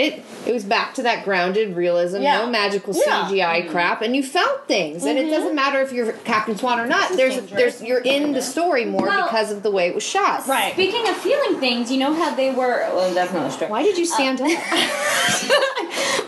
Speaker 1: it was back to that grounded realism,
Speaker 2: Yeah.
Speaker 1: no magical
Speaker 2: Yeah. Mm-hmm.
Speaker 1: CGI crap, and you felt things. And it doesn't matter if you're Captain Swan or not. There's there's you're in the story more
Speaker 3: Well-
Speaker 1: because of the way it was shot.
Speaker 2: right.
Speaker 3: Speaking of feeling things, you know how they were. Well, that's not a story.
Speaker 1: Why did
Speaker 2: Uh,
Speaker 1: you
Speaker 2: [laughs]
Speaker 1: stand up?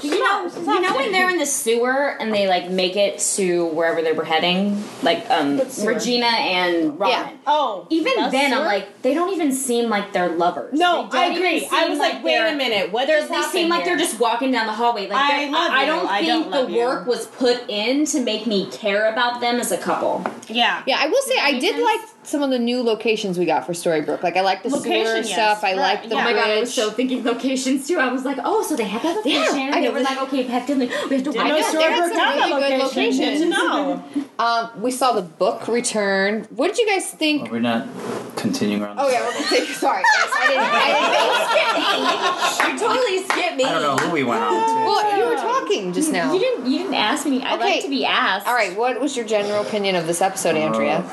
Speaker 3: You know, you know when they're in the sewer and they like make it to wherever they were heading, like um, Regina and Robin.
Speaker 1: Yeah.
Speaker 2: Oh,
Speaker 3: Even
Speaker 2: that's
Speaker 3: then, I'm
Speaker 2: sewer?
Speaker 3: like, they don't even seem like they're lovers.
Speaker 2: No,
Speaker 3: They
Speaker 2: I
Speaker 3: don't even
Speaker 2: agree. I
Speaker 3: seem
Speaker 2: was like, wait
Speaker 3: they're-
Speaker 2: a minute, what is
Speaker 3: They seem like they're just walking down the hallway. Like
Speaker 2: I
Speaker 3: they're-
Speaker 2: love
Speaker 3: I
Speaker 2: you.
Speaker 3: don't
Speaker 2: I
Speaker 3: think
Speaker 2: don't love
Speaker 3: the
Speaker 2: you.
Speaker 3: work was put in to make me care about them as a couple.
Speaker 2: Yeah.
Speaker 1: Yeah, I will say I
Speaker 3: make
Speaker 1: did
Speaker 3: sense?
Speaker 1: like some of the new locations we got for Storybrooke. Like I like the
Speaker 2: Location,
Speaker 1: sewer
Speaker 2: yes.
Speaker 1: stuff. I
Speaker 2: Right,
Speaker 1: like the
Speaker 2: yeah.
Speaker 3: Oh my god, I was
Speaker 1: bridge.
Speaker 3: so thinking locations too. I was like, oh, so they have that
Speaker 1: Yeah,
Speaker 3: location.
Speaker 1: I
Speaker 3: and they
Speaker 1: know.
Speaker 3: were like, okay, Pepton, like, we have to
Speaker 1: I
Speaker 3: watch
Speaker 1: know,
Speaker 3: out.
Speaker 1: there are some really good
Speaker 2: Good to
Speaker 1: locations.
Speaker 2: [laughs] know.
Speaker 1: Um, we saw the book return. What did you guys think?
Speaker 6: Well, we're not continuing around.
Speaker 1: Oh yeah, we're- sorry. Yes, I didn't.
Speaker 3: [laughs]
Speaker 1: I didn't. you totally skipped me.
Speaker 6: I don't know who we went on to.
Speaker 1: Well, you were talking just now.
Speaker 3: You didn't. You didn't ask me. I
Speaker 1: Okay.
Speaker 3: like to be asked.
Speaker 1: All right, what was your general opinion of this episode, Andrea?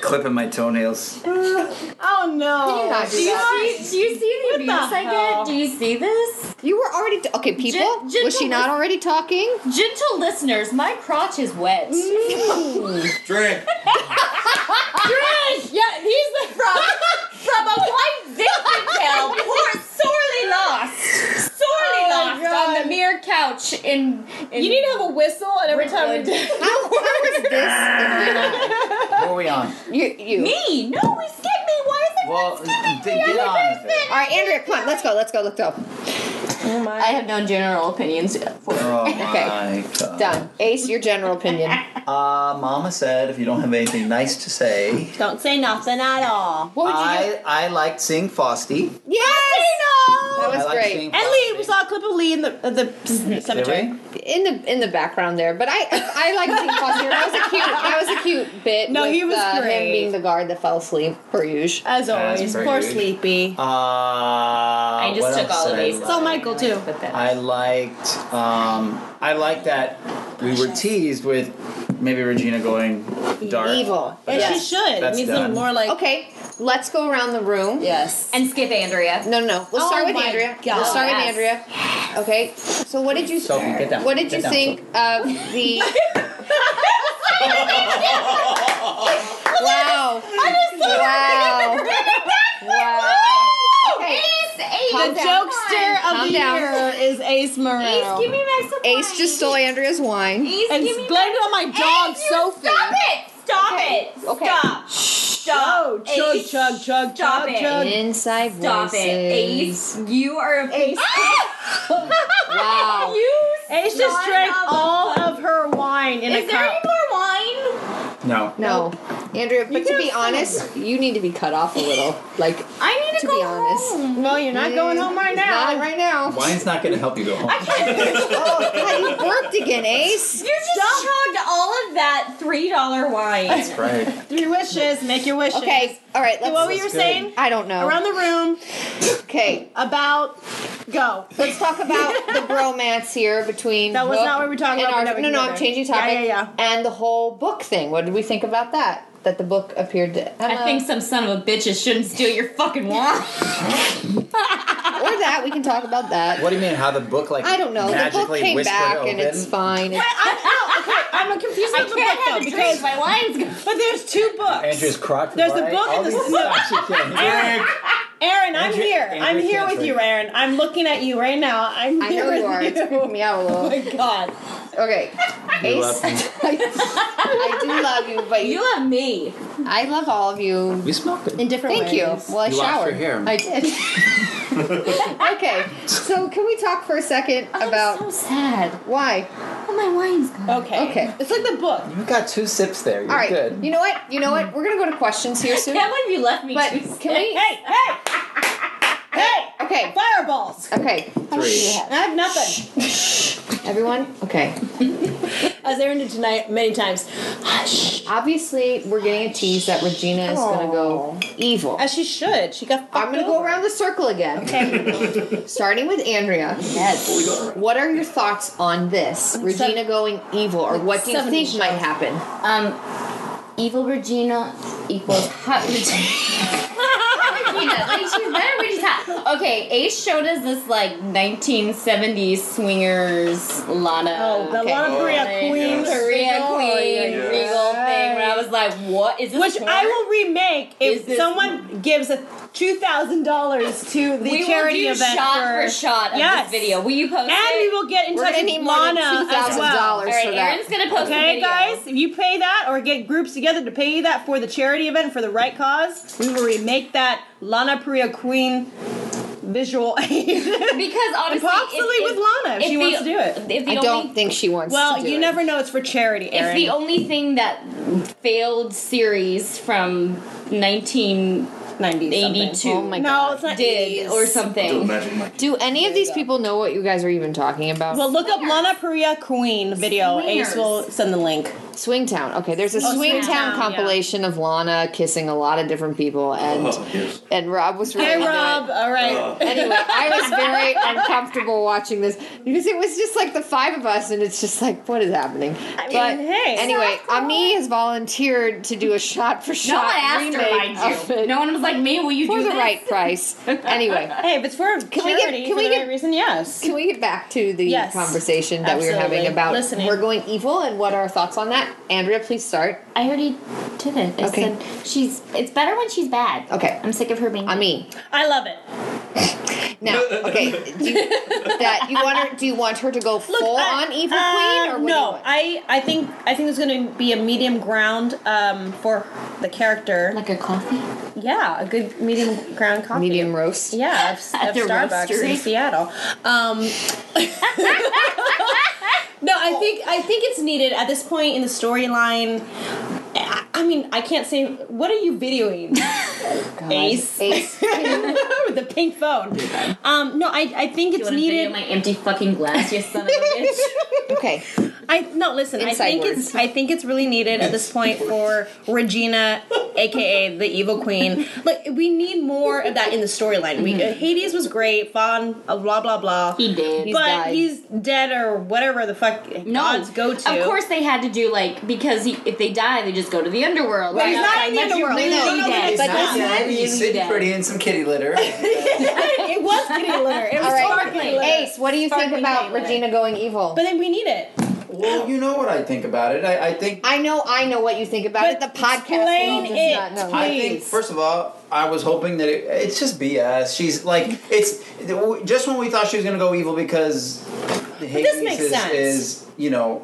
Speaker 6: Clipping my toenails.
Speaker 2: Oh
Speaker 1: Can you
Speaker 2: no.
Speaker 1: not do
Speaker 3: Do you,
Speaker 1: that?
Speaker 3: see, do you see the abuse I
Speaker 2: hell?
Speaker 3: get? Do you see this?
Speaker 1: You were already t- okay. People,
Speaker 3: gentle
Speaker 1: was she not
Speaker 3: with-
Speaker 1: already
Speaker 3: [laughs]
Speaker 1: talking?
Speaker 3: Gentle listeners, my crotch is wet.
Speaker 5: Drink.
Speaker 3: Drink! Yeah, he's the from from a white victim tale, poor sorely lost, sorely lost on the mere couch in. in you need to have a whistle, and every time we do,
Speaker 1: How, how was
Speaker 3: [laughs]
Speaker 1: this?
Speaker 6: What were we on?
Speaker 1: you, you.
Speaker 3: me? No, we skipped me. Why is it?
Speaker 6: Well, then get on. with it.
Speaker 1: All right, Andrea, come on, let's go, let's go, let's go.
Speaker 2: I have no general opinions for
Speaker 6: Oh
Speaker 1: Okay.
Speaker 6: my god.
Speaker 1: Done. Ace, your general
Speaker 3: [laughs]
Speaker 1: opinion.
Speaker 6: Uh, Mama said if you don't have anything nice to say,
Speaker 7: Don't say nothing at all.
Speaker 1: What would you do?
Speaker 6: I I liked seeing Fosty.
Speaker 1: Yes, that
Speaker 6: I
Speaker 1: was
Speaker 6: liked
Speaker 1: great.
Speaker 6: seeing
Speaker 2: And
Speaker 6: Fosty.
Speaker 2: Lee, we saw a clip of Lee in the, uh, the
Speaker 6: Did
Speaker 2: cemetery.
Speaker 6: we?
Speaker 1: in the in the background there, but I I like seeing Foster. That was a cute that was a cute bit.
Speaker 2: No,
Speaker 1: with,
Speaker 2: he was
Speaker 1: uh, him
Speaker 2: great. Uh,
Speaker 1: being the guard that fell asleep per usual.
Speaker 2: As
Speaker 6: That's
Speaker 2: always,
Speaker 6: pretty
Speaker 2: poor
Speaker 6: good.
Speaker 2: Sleepy.
Speaker 6: Uh, I
Speaker 3: I just took all of these.
Speaker 2: So Oh, Michael too.
Speaker 6: I liked um, I liked that we were teased with maybe Regina going dark.
Speaker 1: Evil.
Speaker 6: But
Speaker 1: Yeah,
Speaker 2: She
Speaker 6: that's-
Speaker 2: should.
Speaker 6: That's
Speaker 2: needs to
Speaker 6: done.
Speaker 2: be more like
Speaker 1: Okay, let's go around the room.
Speaker 2: yes.
Speaker 3: And skip [laughs] Andrea.
Speaker 1: No, no, no. Let's
Speaker 2: Oh
Speaker 1: start with
Speaker 2: my
Speaker 1: Andrea.
Speaker 2: God.
Speaker 1: Let's start
Speaker 3: Yes.
Speaker 1: with Andrea. Okay. So what did you
Speaker 6: Sophie, get down.
Speaker 1: what did
Speaker 6: Get
Speaker 1: you
Speaker 6: down,
Speaker 1: think of the
Speaker 2: [laughs]
Speaker 1: Wow. Wow. Wow. Okay.
Speaker 2: the
Speaker 1: Calm down.
Speaker 2: jokester of
Speaker 1: Calm
Speaker 2: the
Speaker 1: down.
Speaker 2: year is Ace Moreno.
Speaker 3: Ace, give me my supply.
Speaker 1: Ace just stole Andrea's wine.
Speaker 3: Ace,
Speaker 2: and
Speaker 3: give me
Speaker 2: blamed it on my dog
Speaker 3: Ace, you
Speaker 2: Sophie.
Speaker 3: Stop it! Stop
Speaker 1: Okay.
Speaker 3: it!
Speaker 1: Okay.
Speaker 3: Stop! Stop!
Speaker 2: Oh, chug,
Speaker 3: Ace,
Speaker 2: chug, chug,
Speaker 3: stop
Speaker 2: chug,
Speaker 3: it.
Speaker 2: chug.
Speaker 1: Inside
Speaker 3: Stop
Speaker 1: voices.
Speaker 3: it, Ace. You are a Ace.
Speaker 1: Wow.
Speaker 3: [laughs] you
Speaker 2: Ace just
Speaker 3: son
Speaker 2: drank
Speaker 3: of-
Speaker 2: all of her wine in
Speaker 3: Is
Speaker 2: a
Speaker 3: there
Speaker 2: cup.
Speaker 3: any more wine?
Speaker 6: No.
Speaker 1: No, Andrea. But to be honest, you need to be cut off a little.
Speaker 2: [laughs]
Speaker 1: Like
Speaker 3: I need to,
Speaker 1: To
Speaker 3: go
Speaker 1: be honest.
Speaker 3: home.
Speaker 2: Well, you're not going home right now.
Speaker 1: not right
Speaker 6: [laughs]
Speaker 1: now. [laughs]
Speaker 6: Wine's not going to help you go home.
Speaker 1: Oh God, you burped again, Ace.
Speaker 2: [laughs]
Speaker 3: You just chugged all of that three dollar wine.
Speaker 6: That's right.
Speaker 2: Three wishes, make your wishes.
Speaker 1: Okay. All right. Let's,
Speaker 2: What were you
Speaker 6: That's good.
Speaker 2: saying?
Speaker 1: I don't know.
Speaker 2: Around the room [laughs]
Speaker 1: okay.
Speaker 2: about go.
Speaker 1: Let's talk about the bromance here between.
Speaker 2: That was
Speaker 1: Hook
Speaker 2: not what we were talking
Speaker 1: and
Speaker 2: about,
Speaker 1: Arch-
Speaker 2: but
Speaker 1: no,
Speaker 2: that
Speaker 1: no.
Speaker 2: we
Speaker 1: I'm
Speaker 2: can
Speaker 1: changing
Speaker 2: go there.
Speaker 1: topic.
Speaker 2: Yeah, yeah,
Speaker 1: And the whole book thing. What did we think about that? That the book appeared to Emma.
Speaker 3: [laughs] I think some son of a bitches shouldn't steal your fucking [laughs] wine.
Speaker 1: Or that we can talk about that.
Speaker 6: What do you mean? How the book like
Speaker 1: I don't know. The
Speaker 6: magically
Speaker 1: book came
Speaker 6: whispered
Speaker 1: back
Speaker 6: open?
Speaker 1: and it's fine. It's-
Speaker 2: I'm confused
Speaker 3: I
Speaker 2: with the book
Speaker 3: can't have
Speaker 2: though
Speaker 3: a
Speaker 2: because
Speaker 3: drink. My wine's gone.
Speaker 2: but there's two books.
Speaker 6: Andrew's crocked.
Speaker 2: There's the book
Speaker 6: All
Speaker 2: and the
Speaker 6: these
Speaker 2: snook.
Speaker 6: socks you can't drink.
Speaker 2: Aaron, I'm
Speaker 6: Andrew-
Speaker 2: here.
Speaker 6: Andrew
Speaker 2: I'm here
Speaker 6: can't
Speaker 2: with
Speaker 6: drink.
Speaker 2: you, Aaron. I'm looking at you right now. I'm
Speaker 1: I
Speaker 2: here
Speaker 1: know you
Speaker 2: with
Speaker 1: are. It's freaking me out a little.
Speaker 2: Oh my God.
Speaker 6: [laughs]
Speaker 1: Okay. Ace, [laughs]
Speaker 6: love me.
Speaker 1: I, do love you, but
Speaker 3: You love me.
Speaker 1: I love all of you.
Speaker 6: We smoked it.
Speaker 2: In different
Speaker 1: Thank
Speaker 2: ways.
Speaker 1: you. Well, I
Speaker 6: You lost
Speaker 1: showered.
Speaker 6: your hair.
Speaker 1: I did. [laughs] okay. So can we talk for a second about
Speaker 3: I'm so sad.
Speaker 1: why?
Speaker 3: Oh, my wine's gone.
Speaker 2: Okay.
Speaker 1: Okay.
Speaker 2: It's like the book.
Speaker 6: You got two sips there. You're
Speaker 1: All right.
Speaker 6: good.
Speaker 1: You know what? You know what? We're gonna go to questions here soon.
Speaker 3: Can't believe you left me.
Speaker 1: But
Speaker 3: too.
Speaker 1: can we?
Speaker 2: Hey, hey, hey!
Speaker 1: Okay.
Speaker 2: Fireballs.
Speaker 1: Okay.
Speaker 6: Three.
Speaker 2: I have nothing.
Speaker 1: Everyone. Okay.
Speaker 2: As Aaron did tonight many times. Hush.
Speaker 1: Obviously, we're getting a tease that Regina is gonna go evil.
Speaker 2: As she should. She got fucked
Speaker 1: I'm gonna go around the circle again. Okay. Starting with Andrea. Yes. What are your thoughts on this? Regina going evil, or what do you
Speaker 2: 70
Speaker 1: think might happen?
Speaker 3: Um, evil Regina equals hot
Speaker 1: [laughs]
Speaker 3: Regina. Regina, like she's better when she's hot. Okay, Ace showed us this like 1970s swingers Lana.
Speaker 2: Oh, the
Speaker 1: Okay.
Speaker 2: Lana Maria
Speaker 3: Lana
Speaker 2: Queen.
Speaker 3: Maria
Speaker 2: Regal.
Speaker 3: Queen
Speaker 2: Yeah.
Speaker 3: Regal thing. Where I was like, what is this?
Speaker 2: Which I
Speaker 3: porn?
Speaker 2: will remake
Speaker 3: Is
Speaker 2: if
Speaker 3: this-
Speaker 2: someone gives a two thousand dollars to the
Speaker 3: we will
Speaker 2: charity
Speaker 3: do
Speaker 2: event
Speaker 3: shot
Speaker 2: for,
Speaker 3: for, shot of
Speaker 2: Yes.
Speaker 3: this video. Will you post
Speaker 2: and
Speaker 3: it?
Speaker 2: we will get in
Speaker 1: We're
Speaker 2: touch
Speaker 1: gonna
Speaker 2: with
Speaker 1: need more than
Speaker 2: Lana as
Speaker 1: $2,000
Speaker 2: well.
Speaker 1: for
Speaker 3: All right,
Speaker 1: that.
Speaker 3: Aaron's gonna post the
Speaker 2: Okay,
Speaker 3: video.
Speaker 2: guys, if you pay that or get groups together to pay that for the charity event for the right cause, we will remake that Lana Priya Queen [laughs]
Speaker 7: visual aid.
Speaker 3: Because obviously,
Speaker 7: Possibly with Lana, if she wants to do it.
Speaker 3: If the
Speaker 1: I
Speaker 3: only,
Speaker 1: don't think she wants.
Speaker 7: well,
Speaker 1: to do
Speaker 7: you
Speaker 1: it.
Speaker 7: never know. It's for charity,
Speaker 3: If
Speaker 7: Erin.
Speaker 3: the only thing that failed series from 1982
Speaker 7: Ninety-something.
Speaker 1: Oh my
Speaker 7: No, it's not
Speaker 3: did or
Speaker 7: 80s.
Speaker 5: Do a
Speaker 3: something.
Speaker 5: magic mic.
Speaker 1: Do any of these people know what you guys are even talking about?
Speaker 7: Well, look up Lana Paria Queen video. Ace
Speaker 3: Swingers.
Speaker 7: will send the link.
Speaker 1: Swingtown. Okay, there's a Swingtown,
Speaker 7: Swingtown, yeah.
Speaker 1: compilation of Lana kissing a lot of different people, and
Speaker 5: Oh, yes.
Speaker 1: and Rob was really
Speaker 7: Hey,
Speaker 1: into it.
Speaker 7: Rob. All right.
Speaker 1: Anyway, I was
Speaker 7: [laughs]
Speaker 1: very uncomfortable watching this because it was just like the five of us, and it's just like, what is happening? but
Speaker 7: hey.
Speaker 1: anyway, Ami has volunteered to do a shot for
Speaker 3: No
Speaker 1: shot
Speaker 3: one asked her,
Speaker 1: remake
Speaker 3: mind
Speaker 1: of it
Speaker 3: you. No one was like, "Me, will you
Speaker 1: for
Speaker 3: do
Speaker 1: the
Speaker 3: this?"
Speaker 1: right price. Anyway,
Speaker 7: hey, if it's for
Speaker 1: Can we get-
Speaker 7: charity,
Speaker 1: can
Speaker 7: for
Speaker 1: we
Speaker 7: the
Speaker 1: get-
Speaker 7: right reason, yes.
Speaker 1: Can we get back to the
Speaker 7: Yes,
Speaker 1: conversation that we were having
Speaker 7: absolutely.
Speaker 1: about
Speaker 7: Listening.
Speaker 1: we're going evil and what are our thoughts on that? Andrea, please start.
Speaker 3: I already did it. I
Speaker 1: Okay.
Speaker 3: said she's. It's better when she's bad.
Speaker 1: Okay.
Speaker 3: I'm sick of her being.
Speaker 1: I mean,
Speaker 7: I love it.
Speaker 1: now, okay, do you, that you want her? Do you want her to go full
Speaker 7: I-
Speaker 1: on evil
Speaker 7: uh,
Speaker 1: queen or what do you
Speaker 7: no?
Speaker 1: want?
Speaker 7: I I think I think there's going to be a medium ground um, for the character.
Speaker 3: like a coffee.
Speaker 7: Yeah, a good medium ground coffee.
Speaker 1: medium roast? [laughs]
Speaker 7: Yeah, of, of
Speaker 3: the
Speaker 7: Starbucks
Speaker 3: roastery.
Speaker 7: in Seattle. Um, [laughs] no, I think I think it's needed at this point in the storyline. I, I mean, I can't say what are you videoing, Ace,
Speaker 1: Ace.
Speaker 7: [laughs] with the pink phone. Um, no, I, I think it's
Speaker 3: You wanna video
Speaker 7: needed.
Speaker 3: my empty fucking glass, you son of
Speaker 1: [laughs]
Speaker 3: a bitch.
Speaker 7: [laughs]
Speaker 1: Okay,
Speaker 7: I no, listen. I
Speaker 1: Inside
Speaker 7: think
Speaker 1: words.
Speaker 7: it's I think it's really needed at this point for
Speaker 6: [laughs]
Speaker 7: Regina, aka the Evil Queen. Like we need more of that in the storyline. We
Speaker 6: Mm-hmm.
Speaker 7: uh, Hades was great, fun, uh, blah blah blah.
Speaker 3: He did.
Speaker 1: He's
Speaker 7: but
Speaker 1: died.
Speaker 7: he's dead or whatever the fuck gods go to.
Speaker 3: Of course, they had to do like because he, if they die, they just go to the underworld.
Speaker 7: But he's
Speaker 3: Right?
Speaker 7: not
Speaker 3: Like,
Speaker 7: in the
Speaker 3: but you
Speaker 7: underworld.
Speaker 3: really
Speaker 1: No, no, no,
Speaker 3: dead.
Speaker 1: he's
Speaker 3: But
Speaker 1: not.
Speaker 3: that's
Speaker 1: Yeah,
Speaker 3: not
Speaker 6: you
Speaker 3: really
Speaker 6: sit
Speaker 3: dead.
Speaker 6: pretty in some kitty litter.
Speaker 7: [laughs] it was kitty litter. It was
Speaker 1: all right.
Speaker 7: sparkling litter.
Speaker 1: Ace, what do you think
Speaker 3: Sparkling
Speaker 1: about
Speaker 3: Taylor.
Speaker 1: Regina going evil?
Speaker 7: But then we need it.
Speaker 6: well, you know what I think about it. I, I think
Speaker 1: I know, I know what you think about it. The
Speaker 7: But
Speaker 1: podcast
Speaker 7: explain
Speaker 1: world does
Speaker 7: it,
Speaker 1: not know.
Speaker 6: I think
Speaker 7: Please.
Speaker 6: first of all, I was hoping that it, it's just BS. She's like it's just when we thought she was gonna go evil because Hades
Speaker 7: makes
Speaker 6: is,
Speaker 7: sense.
Speaker 6: is you know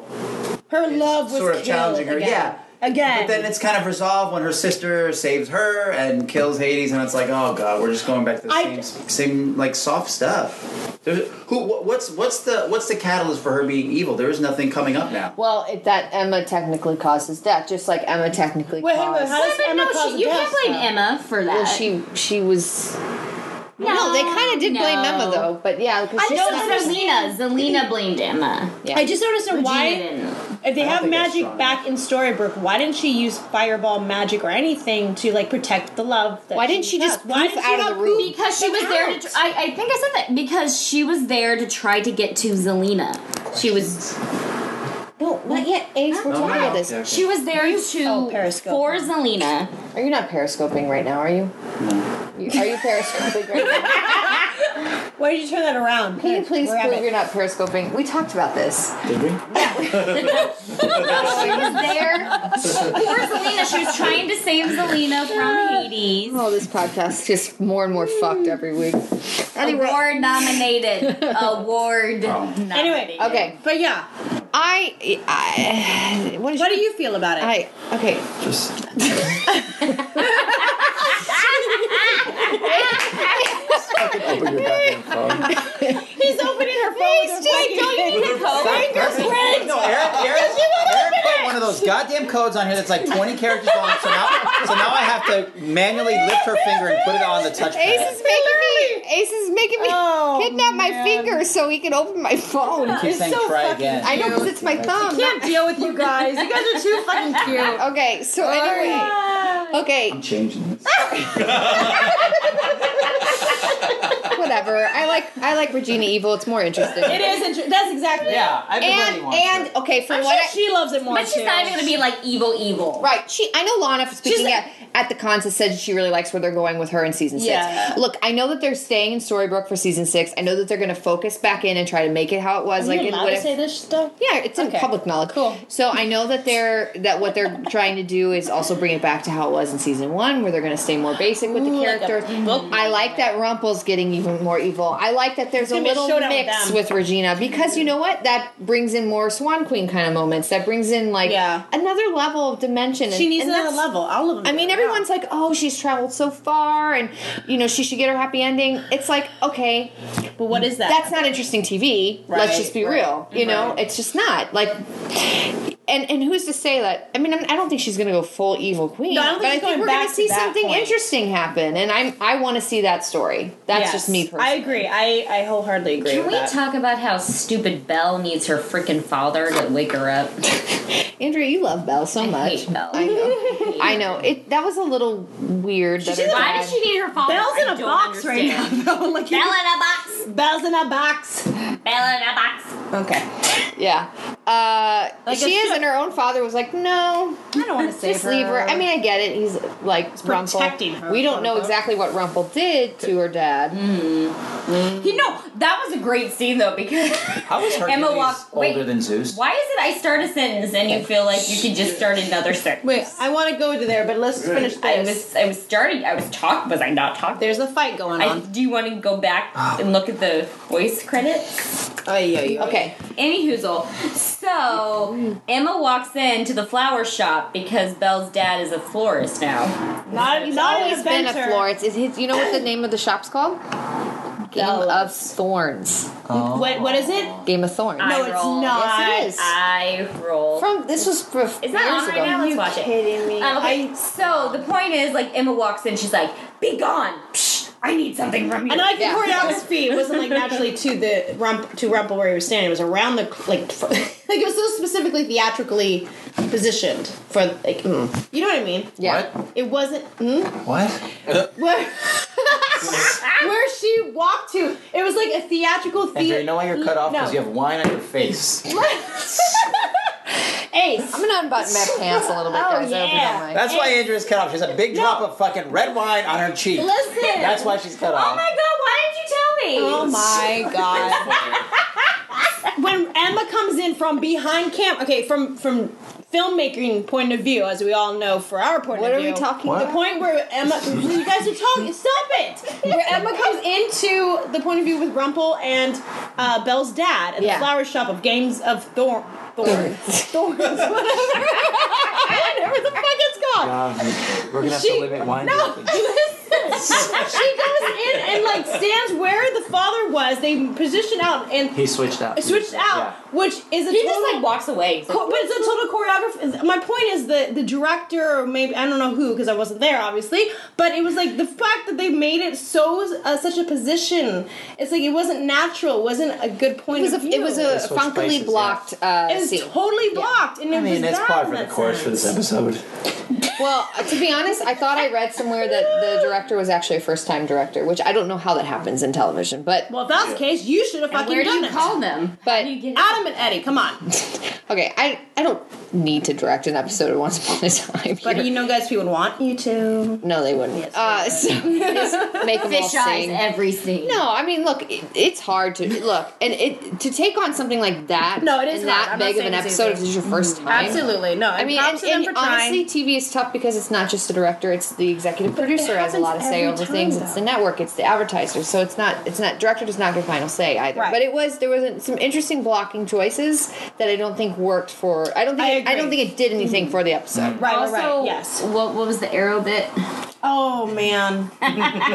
Speaker 7: Her love was
Speaker 6: sort of
Speaker 7: killed
Speaker 6: challenging her.
Speaker 7: Again.
Speaker 6: Yeah.
Speaker 7: Again.
Speaker 6: But then it's kind of resolved when her sister saves her and kills Hades, and it's like, oh god, we're just going back to the
Speaker 7: I-
Speaker 6: same, same like soft stuff. There's, who? wh- What's what's the what's the catalyst for her being evil? There is nothing coming up now.
Speaker 1: Well, it, that Emma technically causes death, just like Emma technically
Speaker 7: Wait, hang on,
Speaker 1: caused.
Speaker 7: how does
Speaker 3: But
Speaker 7: Emma
Speaker 3: no,
Speaker 7: cause
Speaker 3: she, you
Speaker 7: death,
Speaker 3: can't blame
Speaker 7: though?
Speaker 3: Emma for that.
Speaker 1: Well, she she was. No, they kind of did blame
Speaker 3: no.
Speaker 1: Emma though, but yeah, because she
Speaker 3: No,
Speaker 1: stopped-
Speaker 3: Zelina. Zelina blamed Emma.
Speaker 1: Yeah.
Speaker 7: I just don't understand why.
Speaker 3: Regina didn't.
Speaker 7: If they
Speaker 6: I don't
Speaker 7: have
Speaker 6: think that's
Speaker 7: magic
Speaker 6: strong
Speaker 7: back in Storybrooke, why didn't she use fireball magic or anything to like protect the love? That
Speaker 1: Why didn't she just
Speaker 7: has? Why
Speaker 1: poof
Speaker 7: didn't
Speaker 1: out
Speaker 7: she
Speaker 1: of
Speaker 7: not
Speaker 1: the room?
Speaker 7: poof?
Speaker 3: Because she was there to. Tr- I, I think I said that because she was there to try to get to Zelina. She was
Speaker 1: No, not yet. Ace, we're
Speaker 6: No,
Speaker 1: talking
Speaker 6: no,
Speaker 1: about
Speaker 6: no.
Speaker 1: this.
Speaker 6: Yeah, okay.
Speaker 3: she was there to
Speaker 7: Oh, Periscope.
Speaker 3: for Zelina.
Speaker 1: Are you not periscoping right now? Are you? You- Are you periscoping right
Speaker 6: [laughs]
Speaker 1: now?
Speaker 7: Why did you turn that around?
Speaker 1: Can you please
Speaker 7: Grab
Speaker 1: prove
Speaker 7: it.
Speaker 1: you're not periscoping? We talked about this.
Speaker 6: Did we?
Speaker 3: She was there for Zelina. She was trying to save Zelina from Hades.
Speaker 1: Oh, this podcast just more and more fucked every week. Anyway,
Speaker 3: Award nominated.
Speaker 1: [laughs]
Speaker 3: Award.
Speaker 7: Anyway,
Speaker 1: okay,
Speaker 7: but yeah,
Speaker 1: I, I what, is
Speaker 7: what do you feel about it?
Speaker 1: I okay.
Speaker 6: Just open your goddamn phone.
Speaker 7: He's opening her phone. with her fucking thing.
Speaker 6: No, Eric, Eric, Eric put one of those goddamn codes on here that's like 20 characters long. So now, so now I have to manually lift her finger and put it on the
Speaker 1: Ace
Speaker 6: touchpad.
Speaker 1: is making me. Ace is making me
Speaker 7: Oh,
Speaker 1: kidnap my
Speaker 7: man.
Speaker 1: finger so he can open my phone.
Speaker 6: Keep saying try again.
Speaker 1: I know because it's my thumb.
Speaker 7: Can't deal with you guys. You guys are too fucking
Speaker 1: [laughs]
Speaker 7: cute. Oh,
Speaker 1: Okay, so anyway, okay,
Speaker 6: I'm changing this.
Speaker 1: whatever. I like I like Regina Evil. It's more interesting.
Speaker 7: It is. Inter- that's exactly.
Speaker 6: Yeah, everybody
Speaker 1: Ah, and
Speaker 6: wants it.
Speaker 1: and okay, from
Speaker 7: I'm
Speaker 1: what
Speaker 7: sure
Speaker 1: I,
Speaker 7: she loves it more.
Speaker 3: But she's
Speaker 7: too.
Speaker 3: not even gonna be like evil, evil.
Speaker 1: Right. She. I know Lana speaking
Speaker 7: She's-
Speaker 1: at, at the cons has said she really likes where they're going with her in season six.
Speaker 7: Yeah.
Speaker 1: Look, I know that they're staying in Storybrooke for season six. I know that they're going to focus back in and try to make it how it was.
Speaker 7: Are
Speaker 1: like
Speaker 7: you
Speaker 1: in
Speaker 7: allowed
Speaker 1: what
Speaker 7: to
Speaker 1: if-
Speaker 7: say this stuff?
Speaker 1: Yeah, it's in
Speaker 7: Okay.
Speaker 1: public knowledge.
Speaker 7: Cool.
Speaker 1: So I know that they're that what they're trying to do is also bring it back to how it was in season one, where they're going to stay more basic with the
Speaker 7: Ooh, like a
Speaker 1: character.
Speaker 7: book.
Speaker 1: I like that Rumple's getting even more evil. I like that there's a
Speaker 7: gonna be a
Speaker 1: little
Speaker 7: showdown with
Speaker 1: mix
Speaker 7: them.
Speaker 1: with Regina because you know what that brings in more Swan Queen kind of moments. That brings in like
Speaker 7: Yeah.
Speaker 1: another level of dimension.
Speaker 7: She needs
Speaker 1: and
Speaker 7: another
Speaker 1: that's-
Speaker 7: level. All of them.
Speaker 1: I mean,
Speaker 7: do.
Speaker 1: every everyone's like, oh, she's traveled so far, and you know she should get her happy ending. It's like, okay,
Speaker 7: But what is that?
Speaker 1: that's not interesting TV.
Speaker 7: Right,
Speaker 1: Let's just be
Speaker 7: right,
Speaker 1: real. You know, it's just not like. And, and who's to say that? I mean, I'm- I don't think she's going to go full evil queen,
Speaker 7: No, I don't think
Speaker 1: but I
Speaker 7: she's
Speaker 1: think
Speaker 7: going
Speaker 1: we're gonna
Speaker 7: back to
Speaker 1: see
Speaker 7: that
Speaker 1: something
Speaker 7: point.
Speaker 1: interesting happen, and I'm I want to see that story. That's
Speaker 7: Yes.
Speaker 1: just me personally.
Speaker 7: I agree. I, I wholeheartedly agree.
Speaker 3: Can
Speaker 7: with
Speaker 3: we
Speaker 7: that.
Speaker 3: talk about how stupid Belle needs her freaking father to wake her up?
Speaker 1: Andrea, you love Belle so
Speaker 3: [laughs] I
Speaker 1: much.
Speaker 3: hate Belle.
Speaker 1: I know. I know. It that was a little weird. That her
Speaker 3: Why
Speaker 1: dad-
Speaker 3: does she need her father?
Speaker 2: Belle's
Speaker 3: I
Speaker 2: in a
Speaker 3: don't
Speaker 2: box
Speaker 3: understand.
Speaker 2: right now. though. [laughs] like
Speaker 3: Belle in a box.
Speaker 2: Belle's in a box.
Speaker 3: Belle in a box.
Speaker 7: Okay.
Speaker 1: Yeah. Uh,
Speaker 7: Like
Speaker 1: she
Speaker 7: a
Speaker 1: is,
Speaker 7: sh-
Speaker 1: and her own father was like, "No,
Speaker 7: I
Speaker 1: [laughs]
Speaker 7: don't want to save
Speaker 1: just leave her." I mean, I get it. He's like
Speaker 2: protecting
Speaker 1: Rumpel.
Speaker 2: her,
Speaker 1: we don't know
Speaker 2: quote-unquote.
Speaker 1: exactly what Rumpel did to her dad.
Speaker 3: You know that was a great scene though because
Speaker 6: How is Hercules
Speaker 3: Emma walked.
Speaker 6: older
Speaker 3: Wait,
Speaker 6: than Zeus?
Speaker 3: why is it I start a sentence and you feel like you could just start another sentence?
Speaker 7: Wait, I want to go to there, but let's finish this.
Speaker 3: I was I was starting. I was talking. Was I not talking?
Speaker 7: There's a fight going
Speaker 3: I,
Speaker 7: on.
Speaker 3: do you want to go back
Speaker 6: Oh.
Speaker 3: and look at the voice credits?
Speaker 7: Ay, ay, ay.
Speaker 1: Okay.
Speaker 3: Any hoozle. So Emma walks into the flower shop because Belle's dad is a florist now.
Speaker 2: Not, not
Speaker 1: Always
Speaker 2: an
Speaker 1: been a
Speaker 2: adventure.
Speaker 1: Florence. Is his, you know what the name of the shop's called? Game of Thorns.
Speaker 2: What, what is it?
Speaker 1: Game of Thorns.
Speaker 3: I
Speaker 2: No, it's
Speaker 3: roll.
Speaker 2: not.
Speaker 1: Yes, it is.
Speaker 3: I roll.
Speaker 1: From this was for
Speaker 3: Is that
Speaker 1: years
Speaker 3: on right
Speaker 1: ago.
Speaker 3: now? Let's watch it.
Speaker 2: kidding me?
Speaker 3: Um, okay. so the point is, like Emma walks in, she's like, "Be gone! Psh, I need something from you."
Speaker 7: And I
Speaker 1: Yeah.
Speaker 7: can point out his feet. It wasn't like naturally to the rump to rumple where he was standing. It was around the like fr- [laughs] like it was so specifically theatrically positioned for like mm. you know what I mean.
Speaker 1: Yeah.
Speaker 7: It wasn't mm,
Speaker 6: What?
Speaker 7: [laughs] where where she walked to. It was like a theatrical
Speaker 6: Andrew,
Speaker 7: theater.
Speaker 6: you know why you're cut off? Because
Speaker 7: No.
Speaker 6: you have wine on your face.
Speaker 1: I'm gonna unbutton my pants a little bit, guys. I hope you
Speaker 7: yeah.
Speaker 1: don't mind.
Speaker 6: That's why Andrew is cut off. She has a big drop of fucking red wine on her cheek.
Speaker 7: Listen.
Speaker 6: That's why she's cut
Speaker 3: oh
Speaker 6: off.
Speaker 3: my god! Why didn't you tell
Speaker 7: Oh
Speaker 3: me?
Speaker 1: [laughs]
Speaker 7: my god. when Emma comes in from behind cam okay, from from filmmaking point of view, as we all know for our point
Speaker 1: What
Speaker 7: of
Speaker 1: are
Speaker 7: view.
Speaker 1: we talking
Speaker 6: What?
Speaker 7: The point where
Speaker 1: [laughs]
Speaker 7: Emma you guys are talking stop it! Where Emma comes into the point of view with Rumple and uh, Belle's dad at
Speaker 1: Yeah.
Speaker 7: the flower shop of Games of Thorn Thorns. Thorns, whatever. whatever the fuck it's called.
Speaker 6: God, we're gonna have
Speaker 7: She-
Speaker 6: to limit wine.
Speaker 7: No, [laughs]
Speaker 6: drinking.
Speaker 7: listen. she goes in and like stands where the father was. They position out and
Speaker 6: He switched out.
Speaker 7: switched out, which is a
Speaker 3: He
Speaker 7: total.
Speaker 3: just like walks away.
Speaker 7: co- but it's a total choreography. My point is the the director, or maybe I don't know who, because I wasn't there, obviously. But it was like the fact that they made it so uh, such a position. It's like it wasn't natural. It wasn't a good point
Speaker 1: It was
Speaker 7: of
Speaker 1: a,
Speaker 7: view.
Speaker 1: it was
Speaker 6: They
Speaker 1: a
Speaker 6: switched
Speaker 1: funkily
Speaker 6: places, yeah.
Speaker 1: blocked uh,
Speaker 7: It was
Speaker 1: scene.
Speaker 7: totally blocked, and it
Speaker 6: I mean,
Speaker 7: was
Speaker 6: it's
Speaker 7: bad
Speaker 6: par
Speaker 7: in
Speaker 6: for the
Speaker 7: that
Speaker 6: course for
Speaker 7: sense.
Speaker 6: this episode.
Speaker 1: Well, uh, to be honest, I thought I read somewhere that the director was actually a first time director, which I don't know how that happens in television, but
Speaker 7: Well, if that was the case, you should have
Speaker 3: And
Speaker 7: fucking
Speaker 3: where do
Speaker 7: done
Speaker 3: you
Speaker 7: it.
Speaker 3: call them?
Speaker 1: But-
Speaker 3: How do you get
Speaker 7: Adam and Eddie, come on.
Speaker 1: [laughs] okay, I I don't need to direct an episode of Once Upon a Time.
Speaker 7: But
Speaker 1: here.
Speaker 7: you know, guys, people would want you to.
Speaker 1: no, they wouldn't.
Speaker 7: Yes, they
Speaker 1: uh, so [laughs] just make them all
Speaker 3: fish eyes
Speaker 1: sing.
Speaker 3: every scene?
Speaker 1: No, I mean, look, it, it's hard to look and it to take on something like that.
Speaker 7: No, it is
Speaker 1: in
Speaker 7: hard.
Speaker 1: that
Speaker 7: I'm not
Speaker 1: big of an
Speaker 7: saying it's
Speaker 1: episode if
Speaker 7: easy.
Speaker 1: this is your first time.
Speaker 7: Absolutely, no.
Speaker 1: I mean, and, and honestly, TV is tough because it's not just the director; it's the executive producer has a
Speaker 7: happens
Speaker 1: lot of say
Speaker 7: every
Speaker 1: over
Speaker 7: time,
Speaker 1: things. It's the network, it's the advertisers. So it's not it's not director does not get final say either.
Speaker 7: Right.
Speaker 1: But it was there was a- some interesting blocking choices that I don't think worked for. I don't think
Speaker 7: I
Speaker 1: I, don't
Speaker 7: agree.
Speaker 1: think it did anything for the episode.
Speaker 7: Right,
Speaker 3: Also,
Speaker 7: right, right. Yes.
Speaker 3: What what was the arrow bit?
Speaker 7: Oh
Speaker 1: [laughs]
Speaker 7: man.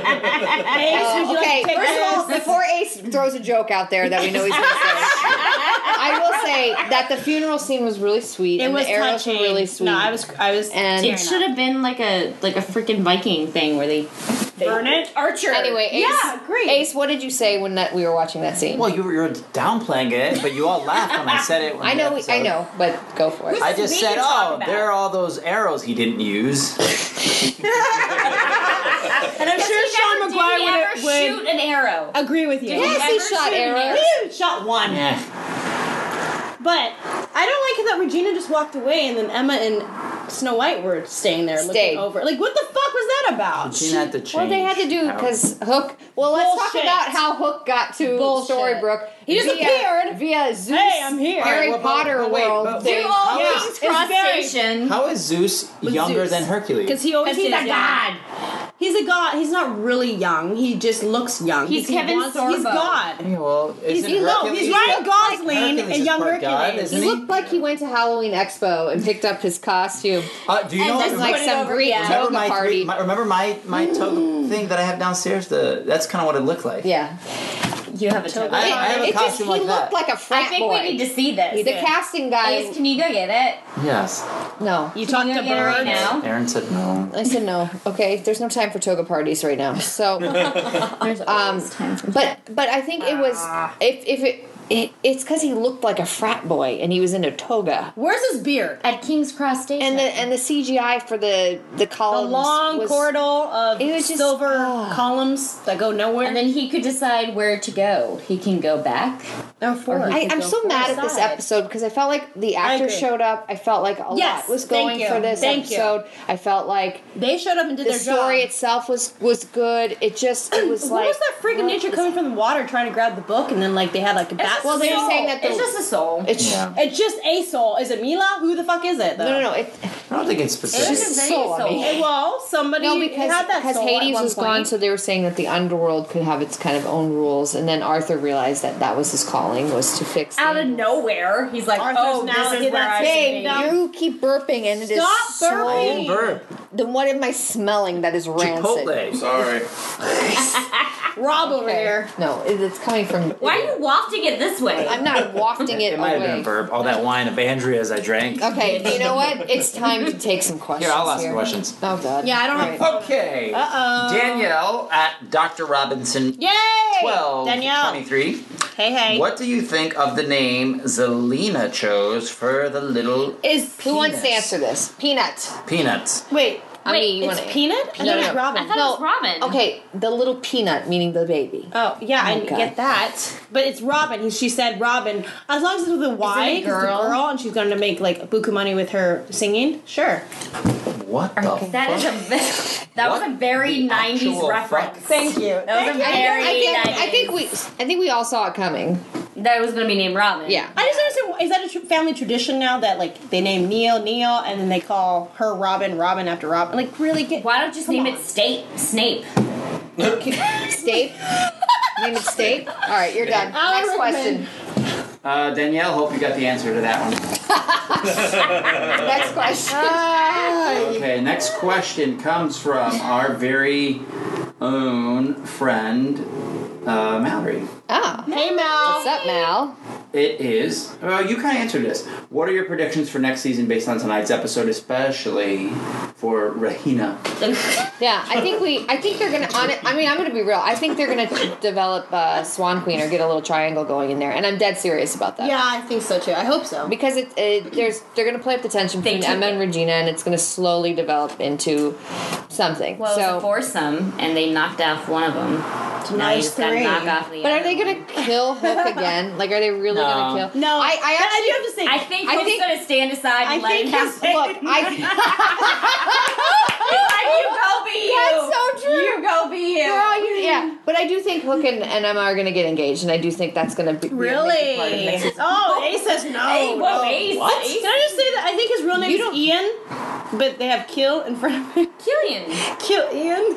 Speaker 1: Uh,
Speaker 7: Ace, would you
Speaker 1: okay,
Speaker 7: like to take
Speaker 1: first
Speaker 7: this?
Speaker 1: of all, before Ace throws a joke out there that we know he's going to say, I will say that the funeral scene was really sweet.
Speaker 7: it
Speaker 1: and
Speaker 7: was
Speaker 1: the arrows
Speaker 7: touching.
Speaker 1: were really sweet.
Speaker 7: No, I was, I was.
Speaker 1: and
Speaker 3: It should have been like a like a freaking Viking thing where they
Speaker 7: burn it.
Speaker 3: Archer.
Speaker 1: Anyway, Ace,
Speaker 7: Yeah, great.
Speaker 1: Ace, what did you say when that we were watching that scene?
Speaker 6: Well, you were, you were downplaying it, but you all laughed when I said it. when
Speaker 1: I
Speaker 6: the
Speaker 1: know,
Speaker 6: episode-
Speaker 1: I know, but go for it.
Speaker 6: I
Speaker 3: This is me
Speaker 6: just said,
Speaker 3: you talk
Speaker 6: oh,
Speaker 3: about."
Speaker 6: there are all those arrows he didn't use.
Speaker 7: And I'm sure Sean
Speaker 3: Never did he
Speaker 7: McGuire
Speaker 3: ever
Speaker 7: would, would
Speaker 3: shoot an arrow?
Speaker 7: agree with you.
Speaker 1: yes, he
Speaker 3: ever
Speaker 1: shot
Speaker 3: shoot an
Speaker 1: arrows.
Speaker 3: arrow?
Speaker 7: He shot one,
Speaker 6: Eh.
Speaker 7: but I don't like that Regina just walked away, and then Emma and Snow White were staying there,
Speaker 1: Stayed.
Speaker 7: looking over. Like, what the fuck was that about?
Speaker 6: She had to change.
Speaker 1: Well, they had to do
Speaker 6: how-
Speaker 1: because Hook. Well, let's
Speaker 7: Bullshit.
Speaker 1: talk about how Hook got to
Speaker 7: Bullshit.
Speaker 1: Storybrooke.
Speaker 7: He just
Speaker 1: via-
Speaker 7: appeared.
Speaker 1: via Zeus.
Speaker 7: Hey, I'm here.
Speaker 6: All
Speaker 1: Harry
Speaker 6: well, but-
Speaker 1: Potter
Speaker 6: but wait,
Speaker 1: world.
Speaker 6: but
Speaker 1: thing.
Speaker 6: wait,
Speaker 3: all
Speaker 6: how,
Speaker 3: things
Speaker 6: is,
Speaker 7: it's
Speaker 3: cross
Speaker 7: very-
Speaker 3: station.
Speaker 6: how is Zeus younger
Speaker 7: Zeus.
Speaker 6: than Hercules?
Speaker 7: Because he always
Speaker 3: Because he's
Speaker 7: is,
Speaker 3: a
Speaker 7: yeah.
Speaker 3: god.
Speaker 7: He's He's a god. He's not really young. He just looks young.
Speaker 3: He's
Speaker 7: because he
Speaker 3: Kevin
Speaker 7: wants- He's
Speaker 3: Sorbo.
Speaker 7: God.
Speaker 6: Yeah, well, isn't
Speaker 7: he's- no,
Speaker 6: Hercules-
Speaker 7: he's Ryan Gosling
Speaker 6: Hercules
Speaker 7: and
Speaker 6: is
Speaker 7: young
Speaker 6: part god,
Speaker 7: Hercules.
Speaker 1: He
Speaker 6: isn't
Speaker 1: looked like he went to Halloween Expo and picked up his costume.
Speaker 6: Uh, do you
Speaker 3: and
Speaker 6: know?
Speaker 3: then,
Speaker 6: remember-
Speaker 1: like
Speaker 3: Put it
Speaker 1: some
Speaker 3: over-
Speaker 1: Greek
Speaker 3: yeah.
Speaker 1: toga
Speaker 6: remember my,
Speaker 1: party.
Speaker 6: three- my- remember my my toga thing that I have downstairs. The that's kind of what it looked like.
Speaker 1: yeah,
Speaker 3: You have a toga.
Speaker 6: I, I have a
Speaker 1: it
Speaker 6: costume
Speaker 1: just, he
Speaker 6: like
Speaker 1: looked
Speaker 6: that.
Speaker 1: like a frat
Speaker 3: I think
Speaker 1: boy.
Speaker 3: we need to see this.
Speaker 1: the casting guy.
Speaker 3: Ace, can you go get it?
Speaker 6: yes,
Speaker 1: no,
Speaker 7: You
Speaker 3: Can
Speaker 7: talked
Speaker 3: you
Speaker 7: to
Speaker 3: go get it right
Speaker 7: birds.
Speaker 3: now?
Speaker 6: Aaron said no.
Speaker 1: I said no. Okay, there's no time for toga parties right now. So,
Speaker 6: [laughs]
Speaker 1: um, but but I think it was
Speaker 7: Ah.
Speaker 1: if if it. It, it's because he looked like a frat boy and he was in a toga,
Speaker 7: Where's his beard?
Speaker 3: At King's Cross Station.
Speaker 1: and the and the CGI for the the
Speaker 7: The
Speaker 1: columns,
Speaker 7: long
Speaker 1: was-
Speaker 7: corridor of
Speaker 1: It was just-
Speaker 7: silver
Speaker 1: ah.
Speaker 7: columns that go nowhere.
Speaker 3: And then he could decide where to go. He can go back.
Speaker 7: Or forward.
Speaker 1: I, I'm so mad at this
Speaker 3: side.
Speaker 1: episode because I felt like the actors
Speaker 7: agree.
Speaker 1: showed up. I felt like a
Speaker 7: Yes,
Speaker 1: lot was
Speaker 7: thank
Speaker 1: going
Speaker 7: you,
Speaker 1: for this
Speaker 7: thank you.
Speaker 1: episode. I felt like
Speaker 7: they showed up and did
Speaker 1: the
Speaker 7: their
Speaker 1: story
Speaker 7: job.
Speaker 1: itself was was good. It just it was
Speaker 7: What
Speaker 1: like
Speaker 7: was that freak of nature coming from the water trying to grab the book and then like they had like a bat?
Speaker 1: well, they were saying that the-
Speaker 3: it's just a soul.
Speaker 1: It's
Speaker 6: Yeah.
Speaker 7: It's just a soul. Is it Mila? Who the fuck is it? Though?
Speaker 1: no no no. It,
Speaker 6: I don't think it's specific.
Speaker 3: It's just
Speaker 1: soul, I mean.
Speaker 7: Eh, well, somebody
Speaker 1: no because
Speaker 7: had that
Speaker 1: because
Speaker 7: soul at
Speaker 1: Hades
Speaker 7: one
Speaker 1: was
Speaker 7: point.
Speaker 1: gone, so they were saying that the underworld could have its kind of own rules, and then Arthur realized that that was his calling was to fix.
Speaker 3: Out
Speaker 1: the-
Speaker 3: of nowhere, he's like,
Speaker 7: Arthur's
Speaker 3: "Oh,
Speaker 7: now
Speaker 3: this
Speaker 7: in
Speaker 3: is where
Speaker 7: that
Speaker 3: I
Speaker 7: thing.
Speaker 3: should be."
Speaker 7: Now-
Speaker 1: you keep burping, and it is
Speaker 7: Stop
Speaker 1: so-
Speaker 7: burping.
Speaker 6: Verb.
Speaker 1: Then what am I smelling that is rancid?
Speaker 6: Chipotle.
Speaker 5: Sorry.
Speaker 7: Rob over
Speaker 1: Okay.
Speaker 7: here.
Speaker 1: No, it, it's coming from.
Speaker 3: Why are you wafting it this way?
Speaker 1: I'm not wafting it,
Speaker 6: It might have
Speaker 1: away.
Speaker 6: been verb. All that wine of Andrea's I drank.
Speaker 1: Okay, you know what? It's time to take some questions.
Speaker 6: Here, I'll ask questions.
Speaker 1: Oh god.
Speaker 7: Yeah, I don't have.
Speaker 6: Okay. Uh oh. Danielle at Dr. Robinson.
Speaker 7: Yay!
Speaker 6: 12,
Speaker 7: Danielle.
Speaker 6: 23.
Speaker 7: Hey, hey.
Speaker 6: What do you think of the name Zelina chose for the little
Speaker 7: is
Speaker 1: Who wants to
Speaker 6: Penis.
Speaker 1: answer this? Peanut.
Speaker 6: peanuts?
Speaker 7: Wait,
Speaker 1: I
Speaker 3: Wait,
Speaker 1: mean, you
Speaker 7: it's
Speaker 1: wanna-
Speaker 7: Peanut? I
Speaker 1: No,
Speaker 7: thought it
Speaker 1: no,
Speaker 7: was
Speaker 1: no.
Speaker 7: Robin.
Speaker 3: I thought it was Robin.
Speaker 1: Okay, the little peanut, meaning the baby.
Speaker 7: Oh yeah, I
Speaker 1: God.
Speaker 7: get that, but it's Robin. He, she said Robin. As long as it's with a
Speaker 3: it
Speaker 7: Y,
Speaker 3: a
Speaker 7: 'cause it's
Speaker 3: girl?
Speaker 7: a girl, and she's going to make like buku money with her singing. Sure.
Speaker 6: What the fuck?
Speaker 3: That is a ve- [laughs] that was
Speaker 6: What
Speaker 3: a very
Speaker 6: the
Speaker 3: '90s
Speaker 6: actual
Speaker 3: reference.
Speaker 6: fuck?
Speaker 7: Thank you.
Speaker 3: That was a
Speaker 1: I,
Speaker 3: very
Speaker 1: I think,
Speaker 3: 90s.
Speaker 1: I think we, I think we all saw it coming.
Speaker 3: that it was going to be named Robin.
Speaker 1: Yeah.
Speaker 7: I just don't understand. why- Is that a tr- family tradition now that like they name Neil Neil, and then they call her Robin Robin after Robin? Like really get
Speaker 3: Why don't you just name it Snape? Snape.
Speaker 1: Stape. Name it Stape. All right, you're done.
Speaker 7: Alan
Speaker 1: Next question.
Speaker 7: Rickman.
Speaker 6: Uh, Danielle, hope you got the answer to that one.
Speaker 1: Next question.
Speaker 6: Okay, next question comes from our very own friend, uh, Mallory.
Speaker 1: Ah,
Speaker 7: Hey Mel.
Speaker 1: what's up, Mal?
Speaker 6: It is. Uh, you kind of answered this. What are your predictions for next season based on tonight's episode, especially for Rahina?
Speaker 1: Yeah, I think we. I think they're gonna. On it, I mean, I'm gonna be real. I think they're gonna develop uh, Swan Queen or get a little triangle going in there, and I'm dead serious about that.
Speaker 7: Yeah, I think so too. I hope so.
Speaker 1: because it, it there's they're gonna play up the tension
Speaker 3: They
Speaker 1: between
Speaker 3: took
Speaker 1: Emma
Speaker 3: it.
Speaker 1: and Regina, and it's gonna slowly develop into something.
Speaker 3: Well, it was
Speaker 1: so,
Speaker 3: a foursome, and they knocked off one of them. Now you
Speaker 7: Nice
Speaker 3: just gotta
Speaker 7: three.
Speaker 3: knock off the
Speaker 1: but are
Speaker 3: other
Speaker 1: they gonna
Speaker 3: one.
Speaker 1: kill Hook again? Like, are they really gonna
Speaker 6: No.
Speaker 1: kill?
Speaker 7: no,
Speaker 1: I, I
Speaker 7: but
Speaker 1: actually.
Speaker 7: do have to say.
Speaker 3: I think
Speaker 1: I
Speaker 3: I
Speaker 1: think-
Speaker 3: gonna stand aside
Speaker 7: I
Speaker 3: and let it
Speaker 7: think
Speaker 3: happen.
Speaker 7: his-
Speaker 1: [laughs] Look, I
Speaker 3: It's like, you go be you.
Speaker 1: That's so true.
Speaker 3: You go be you.
Speaker 1: girl, you, yeah, but I do think Hook and, and Emma are gonna get engaged, and I do think that's gonna be be a major part of next
Speaker 7: [laughs] Really?
Speaker 1: season.
Speaker 7: Oh, Ace says no. Oh,
Speaker 3: Hey, whoa,
Speaker 7: no.
Speaker 3: Ace,
Speaker 7: What?
Speaker 3: Ace.
Speaker 7: Can I just say that I think his real name
Speaker 1: You
Speaker 7: is
Speaker 1: don't-
Speaker 7: Ian, but they have kill in front of it.
Speaker 3: Killian.
Speaker 7: [laughs] Kill Ian.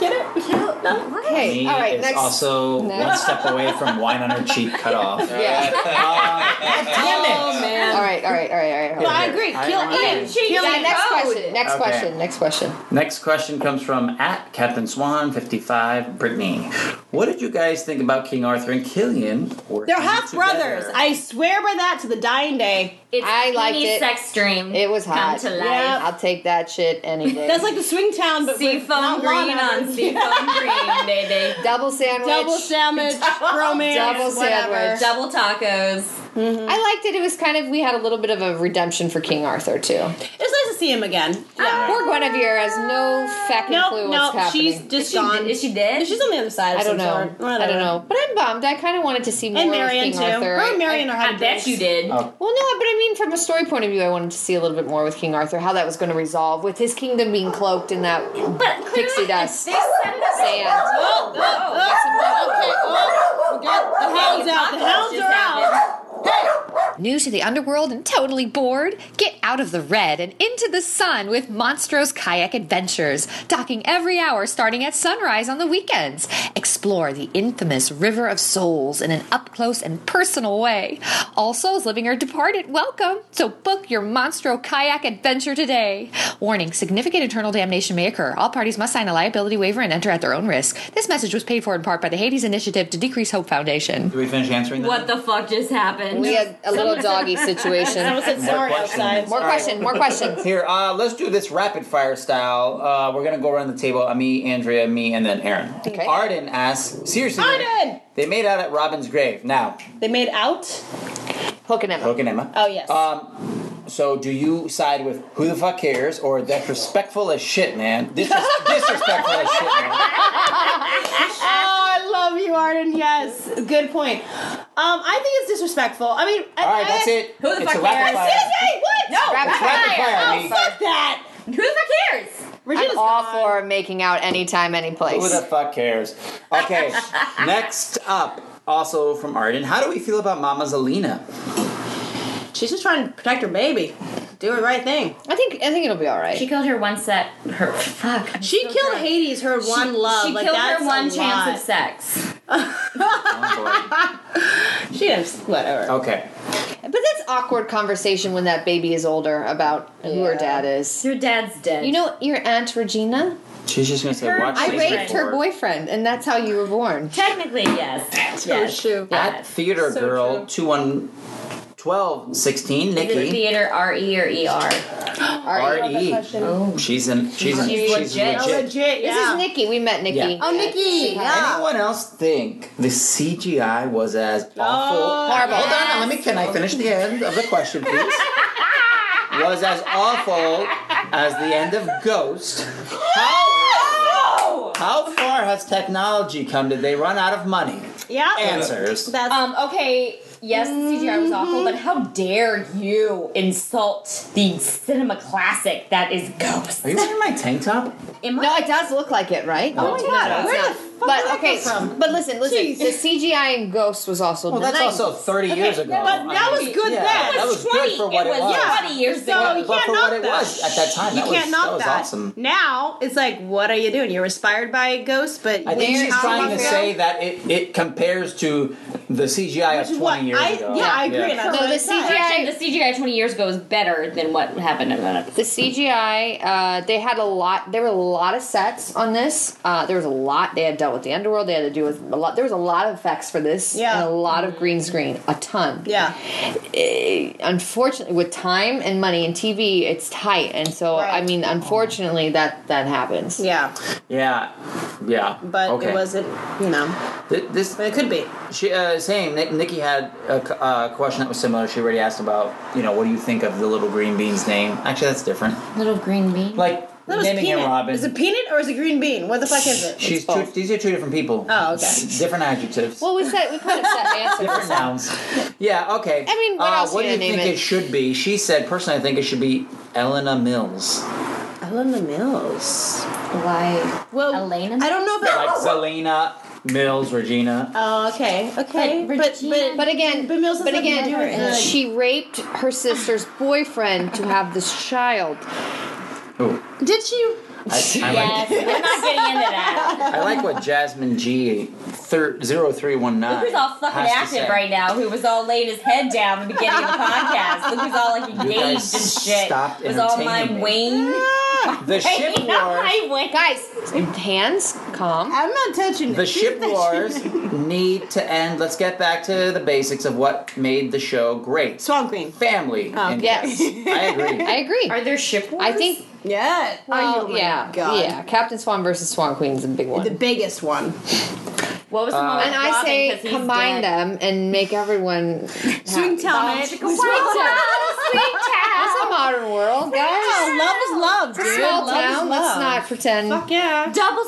Speaker 7: Get it? Kill. No.
Speaker 1: Okay, all right, next.
Speaker 6: also
Speaker 1: next.
Speaker 6: one step away from wine on her cheek cut off.
Speaker 1: [laughs] Yeah.
Speaker 7: Oh man.
Speaker 1: all right, all right, all right, all right.
Speaker 7: [laughs] No,
Speaker 1: All right.
Speaker 7: I agree.
Speaker 6: I
Speaker 7: Kill
Speaker 6: don't
Speaker 7: Ian.
Speaker 3: She
Speaker 7: Kill
Speaker 1: Yeah,
Speaker 3: said
Speaker 7: Ian.
Speaker 1: next
Speaker 3: code.
Speaker 1: question. Next
Speaker 6: Okay.
Speaker 1: question. Next question.
Speaker 6: Next question comes from at Captain Swan fifty five Brittany. What did you guys think about King Arthur and Killian? working
Speaker 7: They're half brothers.
Speaker 6: together?
Speaker 7: I swear by that to the dying day.
Speaker 3: It's
Speaker 1: I liked
Speaker 3: Queenie
Speaker 1: it.
Speaker 3: Sex dream.
Speaker 1: It was hot.
Speaker 3: Come to life.
Speaker 7: Yeah.
Speaker 1: I'll take that shit any day.
Speaker 7: That's like the swing town, but with
Speaker 3: Seafoam
Speaker 7: not
Speaker 3: green
Speaker 7: Lana,
Speaker 3: on
Speaker 7: but-
Speaker 3: seafoam green, baby.
Speaker 1: double sandwich.
Speaker 7: Double sandwich, romance,
Speaker 1: Double
Speaker 7: whatever.
Speaker 1: sandwich.
Speaker 3: Double tacos.
Speaker 1: I liked it. It was kind of we had a little bit of a redemption for King Arthur too.
Speaker 7: It's nice to see him again. Yeah.
Speaker 1: Poor Guinevere has no fucking clue
Speaker 7: No,
Speaker 1: what's
Speaker 7: no,
Speaker 1: happening.
Speaker 7: she's just
Speaker 3: She-
Speaker 7: gone.
Speaker 3: Is she dead?
Speaker 7: She's on the other side. Of
Speaker 1: I don't
Speaker 7: some
Speaker 1: know.
Speaker 7: sort.
Speaker 1: I don't
Speaker 7: Whatever.
Speaker 1: know. But I'm bummed. I kind of wanted to see more
Speaker 7: And
Speaker 1: of
Speaker 7: Marion
Speaker 1: King
Speaker 7: too.
Speaker 1: Arthur.
Speaker 7: Her and Marion are hard
Speaker 3: I
Speaker 7: to
Speaker 3: bet you did.
Speaker 1: Well, no, but I mean, from a story point of view, I wanted to see a little bit more with King Arthur, how that was going to resolve with his kingdom being cloaked in that
Speaker 3: But
Speaker 1: pixie
Speaker 3: clearly,
Speaker 1: dust.
Speaker 3: They set it up.
Speaker 1: Sand.
Speaker 3: Oh, oh,
Speaker 7: Okay, oh, we got the hounds out. The hounds are out.
Speaker 1: New to the underworld and totally bored? Get out of the red and into the sun with Monstros Kayak Adventures, docking every hour starting at sunrise on the weekends. Explore the infamous River of Souls in an up close and personal way. All souls living or departed, welcome. So book your Monstro Kayak Adventure today. Warning significant eternal damnation may occur. All parties must sign a liability waiver and enter at their own risk. This message was paid for in part by the Hades Initiative to Decrease Hope Foundation.
Speaker 6: Did we finish answering that?
Speaker 3: What the fuck just happened?
Speaker 1: We had a little doggy
Speaker 7: [laughs]
Speaker 1: situation.
Speaker 7: Someone said sorry outside.
Speaker 1: More questions, more [laughs] questions.
Speaker 6: Here, uh, let's do this rapid fire style. Uh, we're gonna go around the table. Uh, me, Andrea, me, and then Aaron.
Speaker 1: Okay.
Speaker 6: Arden asks, seriously.
Speaker 7: Arden!
Speaker 6: They made out at Robin's grave. Now,
Speaker 7: They made out.
Speaker 1: Hook and Emma.
Speaker 6: Brooke and Emma.
Speaker 7: Oh yes.
Speaker 6: So, do you side with who the fuck cares or that's respectful as shit, man? This is
Speaker 7: [laughs]
Speaker 6: disrespectful as shit, man.
Speaker 7: oh, I love you, Arden. Yes, good point. Um, I think it's disrespectful. I mean,
Speaker 6: All right, that's it.
Speaker 3: Who the
Speaker 6: it's
Speaker 3: fuck
Speaker 6: a rapid
Speaker 3: cares?
Speaker 6: fire.
Speaker 7: Excuse me. What? No.
Speaker 1: Rapid
Speaker 6: It's rapid
Speaker 1: fire.
Speaker 6: fire. I mean,
Speaker 7: Fuck that.
Speaker 3: Who the fuck cares?
Speaker 7: Regina's
Speaker 1: I'm all
Speaker 7: gone.
Speaker 1: for making out anytime, any
Speaker 7: Oh,
Speaker 6: Who the
Speaker 1: place.
Speaker 6: fuck cares?
Speaker 7: [laughs]
Speaker 6: Okay, next up, also from Arden, how do we feel about Mama
Speaker 7: [laughs]
Speaker 6: Zelina?
Speaker 7: She's just trying to protect her baby. Do the right thing.
Speaker 1: I think I think it'll be all right.
Speaker 3: She killed her one set. Her fuck. I'm
Speaker 7: She
Speaker 3: so
Speaker 7: killed
Speaker 3: drunk.
Speaker 7: Hades, her
Speaker 3: She-
Speaker 7: one love.
Speaker 3: She
Speaker 7: like,
Speaker 3: killed
Speaker 7: that's
Speaker 3: her
Speaker 7: a
Speaker 3: one chance
Speaker 7: lot.
Speaker 3: of sex.
Speaker 6: Oh,
Speaker 7: She has whatever.
Speaker 6: boy. Okay.
Speaker 1: But that's awkward conversation when that baby is older about who her
Speaker 7: Yeah.
Speaker 1: dad is.
Speaker 3: Your dad's dead.
Speaker 1: You know, your aunt Regina,
Speaker 6: She's just gonna say,
Speaker 3: Her-
Speaker 6: watch
Speaker 1: I
Speaker 6: these
Speaker 1: raped her
Speaker 6: before."
Speaker 1: boyfriend, and that's how you were born.
Speaker 3: technically, yes. yes.
Speaker 7: true.
Speaker 6: At theater
Speaker 7: So
Speaker 6: girl
Speaker 7: true.
Speaker 6: two one twelve sixteen
Speaker 3: Is it
Speaker 6: Nikki
Speaker 3: theater R E or E R?
Speaker 6: R E.
Speaker 3: Oh.
Speaker 6: She's an she's an
Speaker 3: She's
Speaker 6: she's
Speaker 3: legit.
Speaker 7: Oh,
Speaker 6: legit.
Speaker 7: legit.
Speaker 1: This
Speaker 7: Yeah.
Speaker 1: is Nikki. We met Nikki.
Speaker 6: Yeah.
Speaker 7: Oh, Nikki. Yeah.
Speaker 6: Anyone else think the CGI was as awful?
Speaker 1: Horrible.
Speaker 6: Hold on, let me. Can I finish the end of the question, please? was as awful as the end of Ghost.
Speaker 3: Oh!
Speaker 6: How, how far has technology come? Did they run out of money?
Speaker 7: Yeah.
Speaker 6: Answers.
Speaker 7: That's
Speaker 3: Um, okay, yes, the CGI was awful, but how dare you insult the cinema classic that is Ghost?
Speaker 6: Are you wearing my tank top?
Speaker 3: Am I-
Speaker 1: No, it does look like it, right?
Speaker 6: Oh my
Speaker 1: it's
Speaker 6: God.
Speaker 1: not.
Speaker 6: Where
Speaker 1: It's not. But okay, but listen, listen. The CGI in Ghost was also
Speaker 6: Well, that's
Speaker 1: nice.
Speaker 6: also 30 years ago.
Speaker 7: but
Speaker 6: I
Speaker 7: that
Speaker 6: mean,
Speaker 7: was good
Speaker 6: yeah,
Speaker 7: then.
Speaker 6: That was good for what it was.
Speaker 7: yeah.
Speaker 3: 20 years
Speaker 7: So-
Speaker 3: ago.
Speaker 7: you
Speaker 6: but
Speaker 7: can't
Speaker 6: for what
Speaker 7: knock
Speaker 6: it
Speaker 7: that.
Speaker 6: was at that time,
Speaker 7: you
Speaker 6: that
Speaker 7: can't
Speaker 6: was,
Speaker 7: knock
Speaker 6: that was awesome.
Speaker 7: Now it's like, what are you doing? You're inspired by a ghost, but
Speaker 6: I think
Speaker 7: you're
Speaker 6: she's
Speaker 7: out
Speaker 6: trying
Speaker 7: of
Speaker 6: to
Speaker 7: it.
Speaker 6: say that it, it compares to the CGI of 20
Speaker 7: What?
Speaker 6: years
Speaker 7: I,
Speaker 6: ago.
Speaker 7: Yeah, I agree. and that's
Speaker 1: No,
Speaker 7: what
Speaker 1: the
Speaker 7: I said.
Speaker 1: CGI
Speaker 3: Actually, the CGI 20 years ago is better than what happened in that.
Speaker 1: the CGI, uh, they had a lot. There were a lot of sets on this. Uh, there was a lot. They had dealt with the underworld. They had to do with a lot. There was a lot of effects for this.
Speaker 7: Yeah.
Speaker 1: And a lot of green screen. A ton.
Speaker 7: Yeah.
Speaker 1: Eh, unfortunately, with time and money and TV, it's tight. And so,
Speaker 7: Right.
Speaker 1: I mean, unfortunately, that that happens.
Speaker 7: Yeah.
Speaker 6: Yeah, yeah.
Speaker 7: But
Speaker 6: okay.
Speaker 7: it wasn't, you know,
Speaker 6: Th- this.
Speaker 7: but it could be.
Speaker 6: She uh, same. Nick, Nikki had a c- uh, question that was similar. She already asked about you know what do you think of the little green bean's name? Actually, that's different.
Speaker 3: Little green bean.
Speaker 6: Like
Speaker 7: That was
Speaker 6: naming him
Speaker 7: peanut.
Speaker 6: Robin.
Speaker 7: Is it peanut or is it green bean? What the fuck is it?
Speaker 6: She's two, these are two different people.
Speaker 7: Oh, okay.
Speaker 6: S- [laughs] Different adjectives.
Speaker 1: Well, we said we kind of
Speaker 3: [laughs]
Speaker 1: set answers.
Speaker 7: [laughs]
Speaker 6: different nouns. Yeah. Okay.
Speaker 1: I mean, what
Speaker 6: uh,
Speaker 1: else
Speaker 6: What
Speaker 1: you
Speaker 6: do you
Speaker 1: gonna name
Speaker 6: think
Speaker 1: it?
Speaker 6: it? should be? She said, personally, I think it should be Elena Mills,
Speaker 7: Elena Mills.
Speaker 3: Why?
Speaker 7: Well,
Speaker 3: Elena
Speaker 7: I don't know if
Speaker 3: Oh,
Speaker 6: like
Speaker 7: it.
Speaker 6: Selena Mills, Regina.
Speaker 7: Oh, okay, okay,
Speaker 3: But
Speaker 7: but
Speaker 3: Regina-
Speaker 7: but,
Speaker 1: But again,
Speaker 7: But Mills is
Speaker 1: but
Speaker 7: a mother
Speaker 1: again,
Speaker 7: and-
Speaker 1: she raped her sister's boyfriend to have this child. Oh.
Speaker 6: Ooh,
Speaker 7: did she?
Speaker 6: I, I
Speaker 1: [laughs]
Speaker 3: Yes,
Speaker 6: like
Speaker 3: we're not getting into
Speaker 6: [laughs]
Speaker 3: that.
Speaker 6: I like what Jasmine G thir- 0319
Speaker 3: Who's all fucking
Speaker 6: has to
Speaker 3: active
Speaker 6: say.
Speaker 3: right now? Who was all laid his head down at the beginning of the podcast? Look who's all like engaged and
Speaker 6: guys
Speaker 3: shit.
Speaker 6: stopped
Speaker 3: was all my
Speaker 6: entertaining me.
Speaker 3: Wayne.
Speaker 6: [laughs]
Speaker 3: [laughs]
Speaker 6: The ship
Speaker 3: Wayne,
Speaker 6: wars.
Speaker 3: my Wayne.
Speaker 1: Guys, hands, calm.
Speaker 7: I'm not touching
Speaker 6: The
Speaker 7: it.
Speaker 6: ship wars need to end. Let's get back to the basics of what made the show great.
Speaker 7: Swamp Queen.
Speaker 6: Family. and
Speaker 1: Oh, yes.
Speaker 6: guests. I
Speaker 1: [laughs]
Speaker 6: agree.
Speaker 1: I agree.
Speaker 3: Are there ship wars?
Speaker 1: I think.
Speaker 7: Yeah.
Speaker 1: Well,
Speaker 7: oh my
Speaker 1: yeah,
Speaker 7: God.
Speaker 1: yeah. Captain Swan versus Swan Queen is a big one.
Speaker 7: The biggest one.
Speaker 3: What
Speaker 6: Uh,
Speaker 3: was the one?
Speaker 1: and I say combine them and make [laughs] everyone.
Speaker 7: Swing Town
Speaker 1: happy.
Speaker 7: Magical
Speaker 1: Swing town. Swing town. That's a modern world,
Speaker 8: Oh,
Speaker 1: guys.
Speaker 7: Love is love,
Speaker 1: It's
Speaker 7: dude.
Speaker 1: a Small
Speaker 7: Love is
Speaker 1: town. Let's
Speaker 7: love.
Speaker 1: not pretend.
Speaker 7: Fuck yeah.
Speaker 3: Double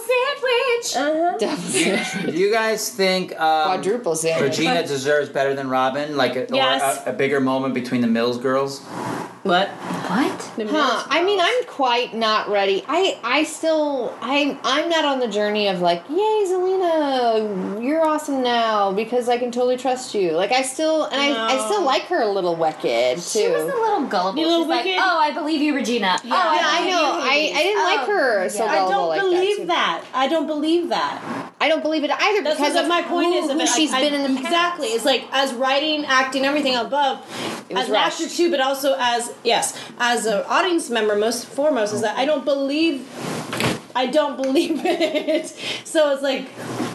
Speaker 3: sandwich.
Speaker 1: Deficit.
Speaker 6: Do you guys think um,
Speaker 1: Quadruple sandwich.
Speaker 6: Regina deserves better than Robin? Like, a,
Speaker 7: Yes.
Speaker 6: or a, a bigger moment between the Mills girls?
Speaker 9: What?
Speaker 3: What?
Speaker 8: Huh. I mean, I'm quite not ready. I I still I I'm not on the journey of like, yay, Zelina, you're awesome now because I can totally trust you. Like I still and I I still like her a little wicked too.
Speaker 3: She was a little gullible.
Speaker 2: You little
Speaker 3: She's like,
Speaker 2: wicked.
Speaker 3: oh, I believe you, Regina. Oh,
Speaker 8: yeah,
Speaker 3: I,
Speaker 8: I
Speaker 3: believe
Speaker 8: know.
Speaker 3: you,
Speaker 8: I,
Speaker 3: Hades.
Speaker 8: I didn't like
Speaker 3: Oh,
Speaker 8: her so
Speaker 3: yeah.
Speaker 2: I
Speaker 8: gullible
Speaker 2: don't
Speaker 8: like
Speaker 2: believe
Speaker 8: too.
Speaker 2: that, I don't believe that.
Speaker 8: I don't believe it either
Speaker 2: That's
Speaker 8: because
Speaker 2: what
Speaker 8: of
Speaker 2: my point
Speaker 8: who,
Speaker 2: is.
Speaker 8: who
Speaker 2: about,
Speaker 8: she's
Speaker 2: I- I-
Speaker 8: been in the past.
Speaker 2: exactly. It's like as writing, acting, everything above,
Speaker 8: It was
Speaker 2: as an actor
Speaker 8: rushed.
Speaker 2: too, but also as yes, as an audience member. Most foremost is that I don't believe, I don't [laughs] believe it. So it's like,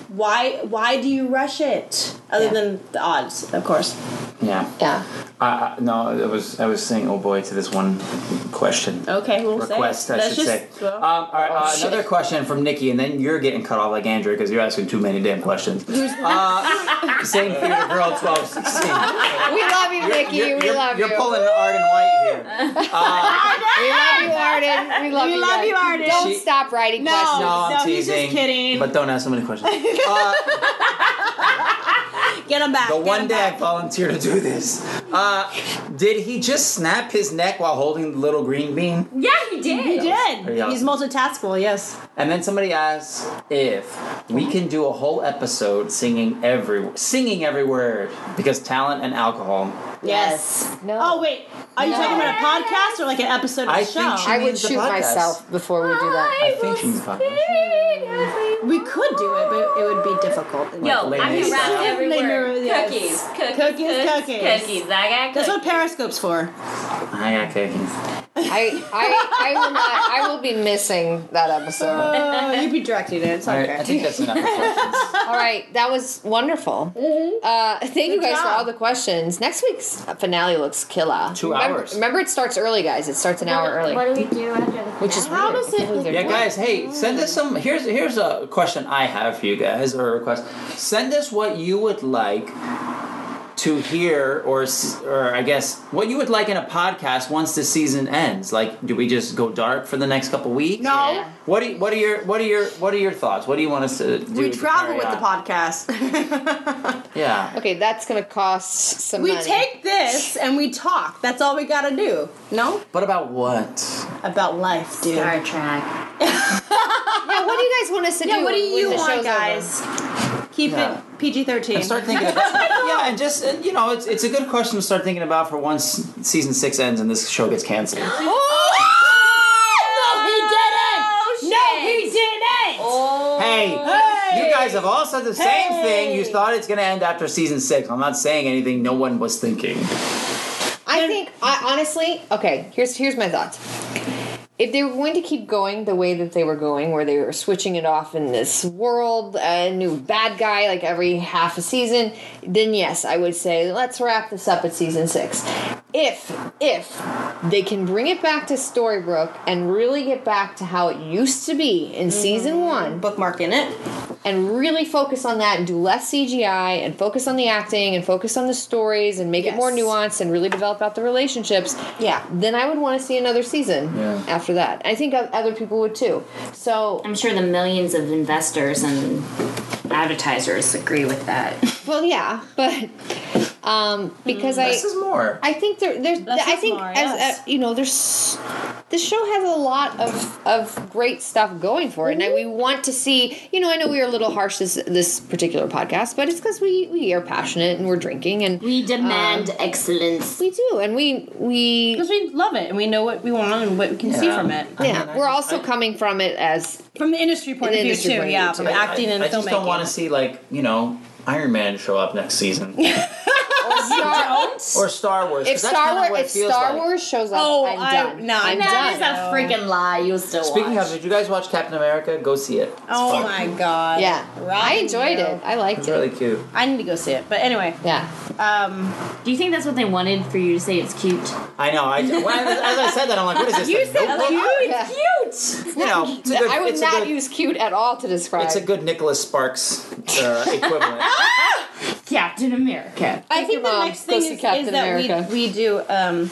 Speaker 2: why why do you rush it? Other
Speaker 8: Yeah.
Speaker 2: than the odds, of course.
Speaker 7: Yeah.
Speaker 8: Yeah.
Speaker 7: I, I, Uh, no, I was I was saying oh boy to this one question.
Speaker 2: Okay, we'll
Speaker 7: Request,
Speaker 2: say.
Speaker 7: I
Speaker 2: it. Let's
Speaker 7: should say.
Speaker 2: just- Oh,
Speaker 7: Um, all right, uh, another question from Nikki, and then you're getting cut off like Andrew because you're asking too many damn questions. Uh, same theater girl, twelve
Speaker 2: [laughs]
Speaker 7: sixteen.
Speaker 8: We love you, Nikki.
Speaker 6: You're,
Speaker 8: we
Speaker 6: you're-
Speaker 8: love
Speaker 6: you're
Speaker 8: you.
Speaker 6: pulling an Arden White here.
Speaker 8: [laughs] We love you, Arden. We love
Speaker 2: We
Speaker 8: you.
Speaker 2: love
Speaker 8: guys.
Speaker 2: you, Arden.
Speaker 8: Don't
Speaker 6: She-
Speaker 8: stop writing
Speaker 2: No.
Speaker 8: questions.
Speaker 6: No, I'm
Speaker 2: No, he's
Speaker 6: teasing.
Speaker 2: just kidding.
Speaker 6: But don't ask so many
Speaker 2: [laughs]
Speaker 6: questions. Uh,
Speaker 2: Get him back.
Speaker 6: the
Speaker 2: get
Speaker 6: one
Speaker 2: him
Speaker 6: day
Speaker 2: back.
Speaker 6: I volunteer to do this. Uh, did he just snap his neck while holding the little green bean?
Speaker 3: Yeah, he did.
Speaker 2: He did.
Speaker 6: pretty
Speaker 2: He's
Speaker 6: awesome.
Speaker 2: multitaskable. Yes.
Speaker 6: And then somebody asks if we can do a whole episode singing every singing every word because talent and alcohol.
Speaker 2: Yes.
Speaker 8: No.
Speaker 2: Oh wait, are you
Speaker 8: No.
Speaker 2: talking about a podcast or like an episode of
Speaker 6: I
Speaker 2: the show?
Speaker 6: think she-
Speaker 8: I would
Speaker 6: means the
Speaker 8: shoot
Speaker 6: podcast.
Speaker 8: myself before we do
Speaker 2: [laughs]
Speaker 8: that.
Speaker 6: I think she's fine.
Speaker 2: we could do it, but it would be difficult.
Speaker 6: Like
Speaker 3: Yo,
Speaker 6: Les
Speaker 3: I
Speaker 6: Mis
Speaker 3: can rap
Speaker 6: style.
Speaker 3: every
Speaker 2: Les
Speaker 3: word.
Speaker 2: Mis, yes.
Speaker 3: Cookies, cookies,
Speaker 2: Cookies, cookies.
Speaker 3: cookies. I got
Speaker 2: That's
Speaker 3: cookies.
Speaker 2: what Periscope's for.
Speaker 6: Ah, I got cookies.
Speaker 8: I, I, I will not. I will be missing that episode. [laughs]
Speaker 2: Oh, you'd be directing it. It's
Speaker 6: All right, I think that's enough. for questions.
Speaker 8: All right, that was wonderful. Uh, thank you guys for
Speaker 2: job.
Speaker 8: all the questions. Next week's finale looks killer.
Speaker 6: Two
Speaker 8: remember,
Speaker 6: hours.
Speaker 8: Remember, it starts early, guys. It starts an hour early,
Speaker 3: What do we do
Speaker 2: [laughs]
Speaker 3: after the
Speaker 8: which is
Speaker 2: How
Speaker 8: weird.
Speaker 2: does it?
Speaker 6: yeah, guys. Hey, send us some. Here's here's a question I have for you guys or a request. Send us what you would like to hear or s- or I guess what you would like in a podcast once the season ends. Like, do we just go dark for the next couple weeks?
Speaker 2: No,
Speaker 8: Yeah.
Speaker 6: What do you, what are your what are your what are your thoughts? What do you want us to do?
Speaker 2: we
Speaker 6: to
Speaker 2: travel
Speaker 6: carry
Speaker 2: with the
Speaker 6: on?
Speaker 2: podcast.
Speaker 6: Yeah.
Speaker 8: Okay, that's gonna cost some
Speaker 2: we
Speaker 8: money.
Speaker 2: take this and we talk. That's all we gotta do. No,
Speaker 6: But about what?
Speaker 2: about life, dude.
Speaker 3: Star Trek?
Speaker 8: Yeah, [laughs] what do you guys want us to
Speaker 2: Yeah,
Speaker 8: do?
Speaker 2: what do
Speaker 8: when
Speaker 2: you
Speaker 8: the
Speaker 2: want,
Speaker 8: show's over?
Speaker 2: guys? Keep
Speaker 6: Yeah.
Speaker 2: it PG thirteen.
Speaker 6: And start
Speaker 2: [laughs]
Speaker 6: thinking about yeah, and just and, you know, it's it's a good question to start thinking about for once season six ends and this show gets canceled.
Speaker 3: Oh, shit. Oh.
Speaker 2: No, he didn't.
Speaker 6: Hey,
Speaker 2: Hey!
Speaker 6: you guys have all said the same
Speaker 2: Hey!
Speaker 6: thing. You thought it's gonna end after season six. I'm not saying anything. No one was thinking.
Speaker 8: I think I, honestly, okay. Here's here's my thoughts. If they were going to keep going the way that they were going, where they were switching it off in this world, a new bad guy like every half a season, then yes, I would say let's wrap this up at season six. If if they can bring it back to Storybrooke and really get back to how it used to be in season
Speaker 2: Mm-hmm.
Speaker 8: one,
Speaker 2: Bookmark in it.
Speaker 8: and really focus on that and do less CGI and focus on the acting and focus on the stories and make it more
Speaker 2: Yes.
Speaker 8: nuanced and really develop out the relationships.
Speaker 2: Yeah.
Speaker 8: Then I would want to see another season
Speaker 6: Yeah.
Speaker 8: after that. I think o- other people would too. So,
Speaker 3: I'm sure the millions of investors and advertisers agree with that.
Speaker 8: well, yeah, but um, because
Speaker 2: Mm,
Speaker 8: I.
Speaker 6: This is more.
Speaker 8: I think there, there's.
Speaker 2: Less
Speaker 8: I
Speaker 2: is
Speaker 8: think
Speaker 2: more,
Speaker 8: as
Speaker 2: yes.
Speaker 8: uh, you know, there's. This show has a lot of of great stuff going for it, and I,
Speaker 2: Mm-hmm.
Speaker 8: we want to see. You know, I know we are a little harsh this this particular podcast, but it's because we we are passionate and we're drinking and
Speaker 3: We
Speaker 2: Um,
Speaker 3: demand excellence.
Speaker 8: we do, and we we.
Speaker 2: Because we love it and we know what we want and what we can see
Speaker 6: Yeah.
Speaker 2: from it.
Speaker 8: Yeah, we're also coming from it as
Speaker 2: From the industry point
Speaker 8: The
Speaker 2: of view,
Speaker 8: industry point
Speaker 2: too.
Speaker 8: of
Speaker 2: Yeah,
Speaker 8: view,
Speaker 2: from
Speaker 8: too.
Speaker 2: acting and
Speaker 6: I
Speaker 2: filmmaking.
Speaker 6: just don't want to see like you know Iron Man show up next season
Speaker 2: [laughs]
Speaker 8: Star,
Speaker 6: or Star Wars. 'cause
Speaker 8: if
Speaker 6: that's
Speaker 8: Star
Speaker 6: kinda
Speaker 8: Wars
Speaker 6: what it
Speaker 8: if
Speaker 6: feels
Speaker 8: Star
Speaker 6: like.
Speaker 8: Wars shows up,
Speaker 2: Oh,
Speaker 8: I'm
Speaker 2: I-
Speaker 8: done.
Speaker 2: no,
Speaker 8: I'm
Speaker 2: no,
Speaker 8: done.
Speaker 2: it's not-
Speaker 3: freaking lie. You still
Speaker 6: Speaking of, did you guys watch Captain America? Go see it. It's
Speaker 2: Oh
Speaker 6: fun.
Speaker 2: my god.
Speaker 8: Yeah, I enjoyed
Speaker 2: you.
Speaker 8: it. I liked
Speaker 6: It's
Speaker 8: it.
Speaker 6: really cute.
Speaker 2: I need to go see it. But anyway,
Speaker 8: yeah,
Speaker 2: um,
Speaker 3: do you think that's what they wanted for you to say? It's cute.
Speaker 6: I know. I, when I- as I said that, I'm like, what is this? You
Speaker 8: I like, oh, yeah.
Speaker 3: Cute.
Speaker 6: you know, it's a good,
Speaker 8: I would
Speaker 6: it's a
Speaker 8: not
Speaker 6: good,
Speaker 8: use cute at all to describe.
Speaker 6: It's a good Nicholas Sparks uh, equivalent.
Speaker 3: Captain America.
Speaker 7: I think the
Speaker 8: mom,
Speaker 7: next
Speaker 8: go
Speaker 7: thing
Speaker 8: see
Speaker 7: is,
Speaker 8: Captain
Speaker 7: is that
Speaker 2: [laughs]
Speaker 8: America.
Speaker 7: we, we do um,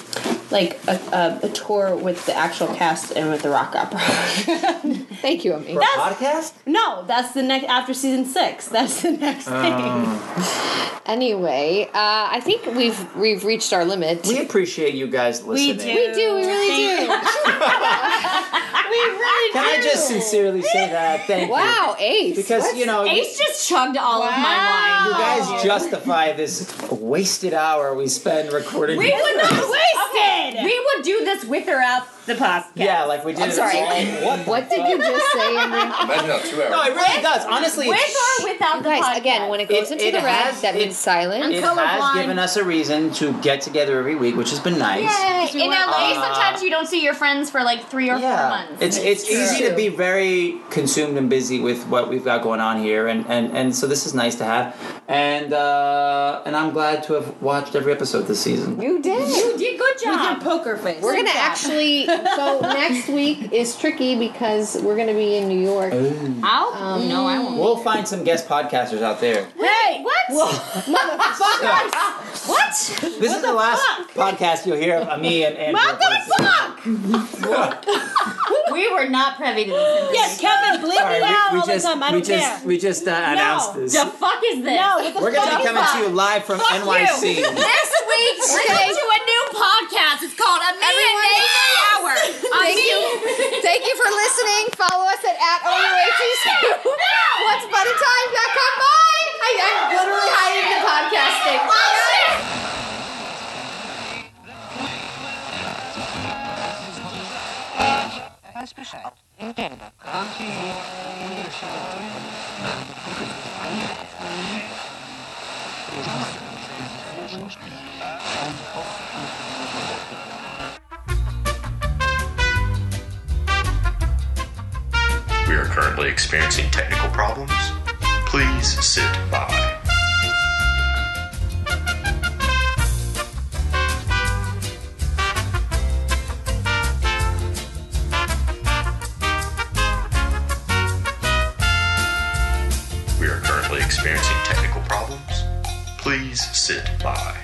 Speaker 7: like a, a, a tour with the actual cast and with the
Speaker 2: [laughs]
Speaker 7: rock opera.
Speaker 8: Thank you, Amy.
Speaker 6: Podcast?
Speaker 7: no, that's the next after season six. [laughs] That's the next
Speaker 6: Oh. Um,
Speaker 7: thing.
Speaker 8: Anyway, uh, I think we've we've reached our limit.
Speaker 6: We appreciate you guys listening.
Speaker 8: We do, we really do.
Speaker 6: Can I just sincerely say that? Thank you.
Speaker 8: Wow, Ace.
Speaker 6: Because, you know, you-
Speaker 3: Ace just chugged all of my wine.
Speaker 6: you guys justify this wasted hour we spend recording.
Speaker 3: We would not waste it. We would do this with or out the podcast.
Speaker 6: yeah, like we did
Speaker 8: I'm
Speaker 6: it
Speaker 8: sorry.
Speaker 6: all- What? the-
Speaker 8: what did you just say, Andrew?
Speaker 5: Imagine how two hours.
Speaker 6: No, it really does. Honestly,
Speaker 3: With
Speaker 6: it's-
Speaker 3: or without the podcast.
Speaker 8: Guys, again, when it goes
Speaker 6: It-
Speaker 8: into
Speaker 6: it
Speaker 8: the red,
Speaker 6: has-
Speaker 8: that
Speaker 6: it-
Speaker 8: means silent.
Speaker 6: it has given us a reason to get together every week, which has been nice.
Speaker 3: Yay. In LA,
Speaker 6: Uh,
Speaker 3: sometimes you don't see your friends for like three or
Speaker 6: Yeah,
Speaker 3: four months.
Speaker 6: it's it's easy to be very consumed and busy with what we've got going on here, and and and so this is nice to have, and uh, and I'm glad to have watched every episode this season.
Speaker 8: you did.
Speaker 3: you did good job.
Speaker 7: Poker face.
Speaker 8: we're gonna actually. So next week is tricky because we're gonna be in New York.
Speaker 3: I'll,
Speaker 6: Um,
Speaker 3: no, I won't.
Speaker 6: We'll find some guest podcasters out there.
Speaker 3: Hey, what?
Speaker 6: This is the last podcast you'll hear of me and and
Speaker 3: we were not privy to [gasps] this.
Speaker 7: Yes, Kevin, bleep
Speaker 6: Sorry,
Speaker 7: it out
Speaker 6: we, we
Speaker 7: all
Speaker 6: just
Speaker 7: the time. I
Speaker 6: we
Speaker 7: don't care.
Speaker 6: just we just uh, announced this.
Speaker 3: The fuck is this?
Speaker 7: no, what the
Speaker 6: We're gonna be coming to you live from
Speaker 3: This
Speaker 6: NYC.
Speaker 3: week,
Speaker 6: [laughs]
Speaker 3: listen to a new podcast. It's called A Me and Avery
Speaker 6: [laughs]
Speaker 3: Hour. A
Speaker 8: Thank
Speaker 3: Me- [laughs]
Speaker 8: you. Thank you for listening. Follow us at at OUHEC. What's bunnatime.com? Bye. Oh, I, I'm literally hiding the podcast thing.
Speaker 10: We are currently experiencing technical problems. Please sit by. We are currently experiencing technical problems. Please sit by.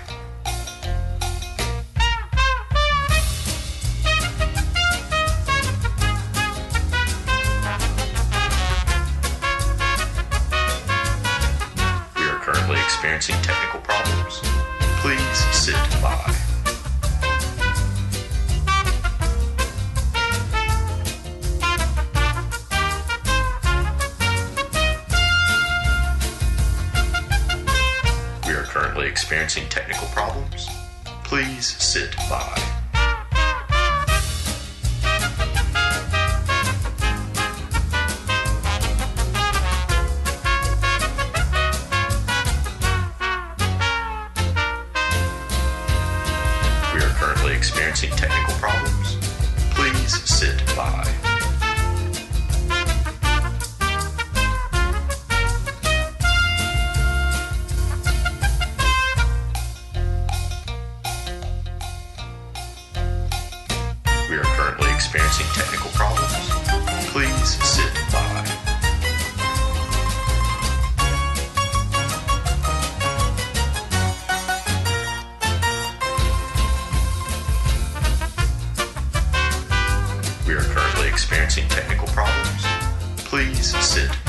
Speaker 10: We are currently experiencing technical problems. Please sit by. We are currently experiencing technical problems. Please sit by. We are currently experiencing technical problems. Please sit by. We are currently experiencing technical problems. Please sit by. We are currently experiencing technical problems. Please sit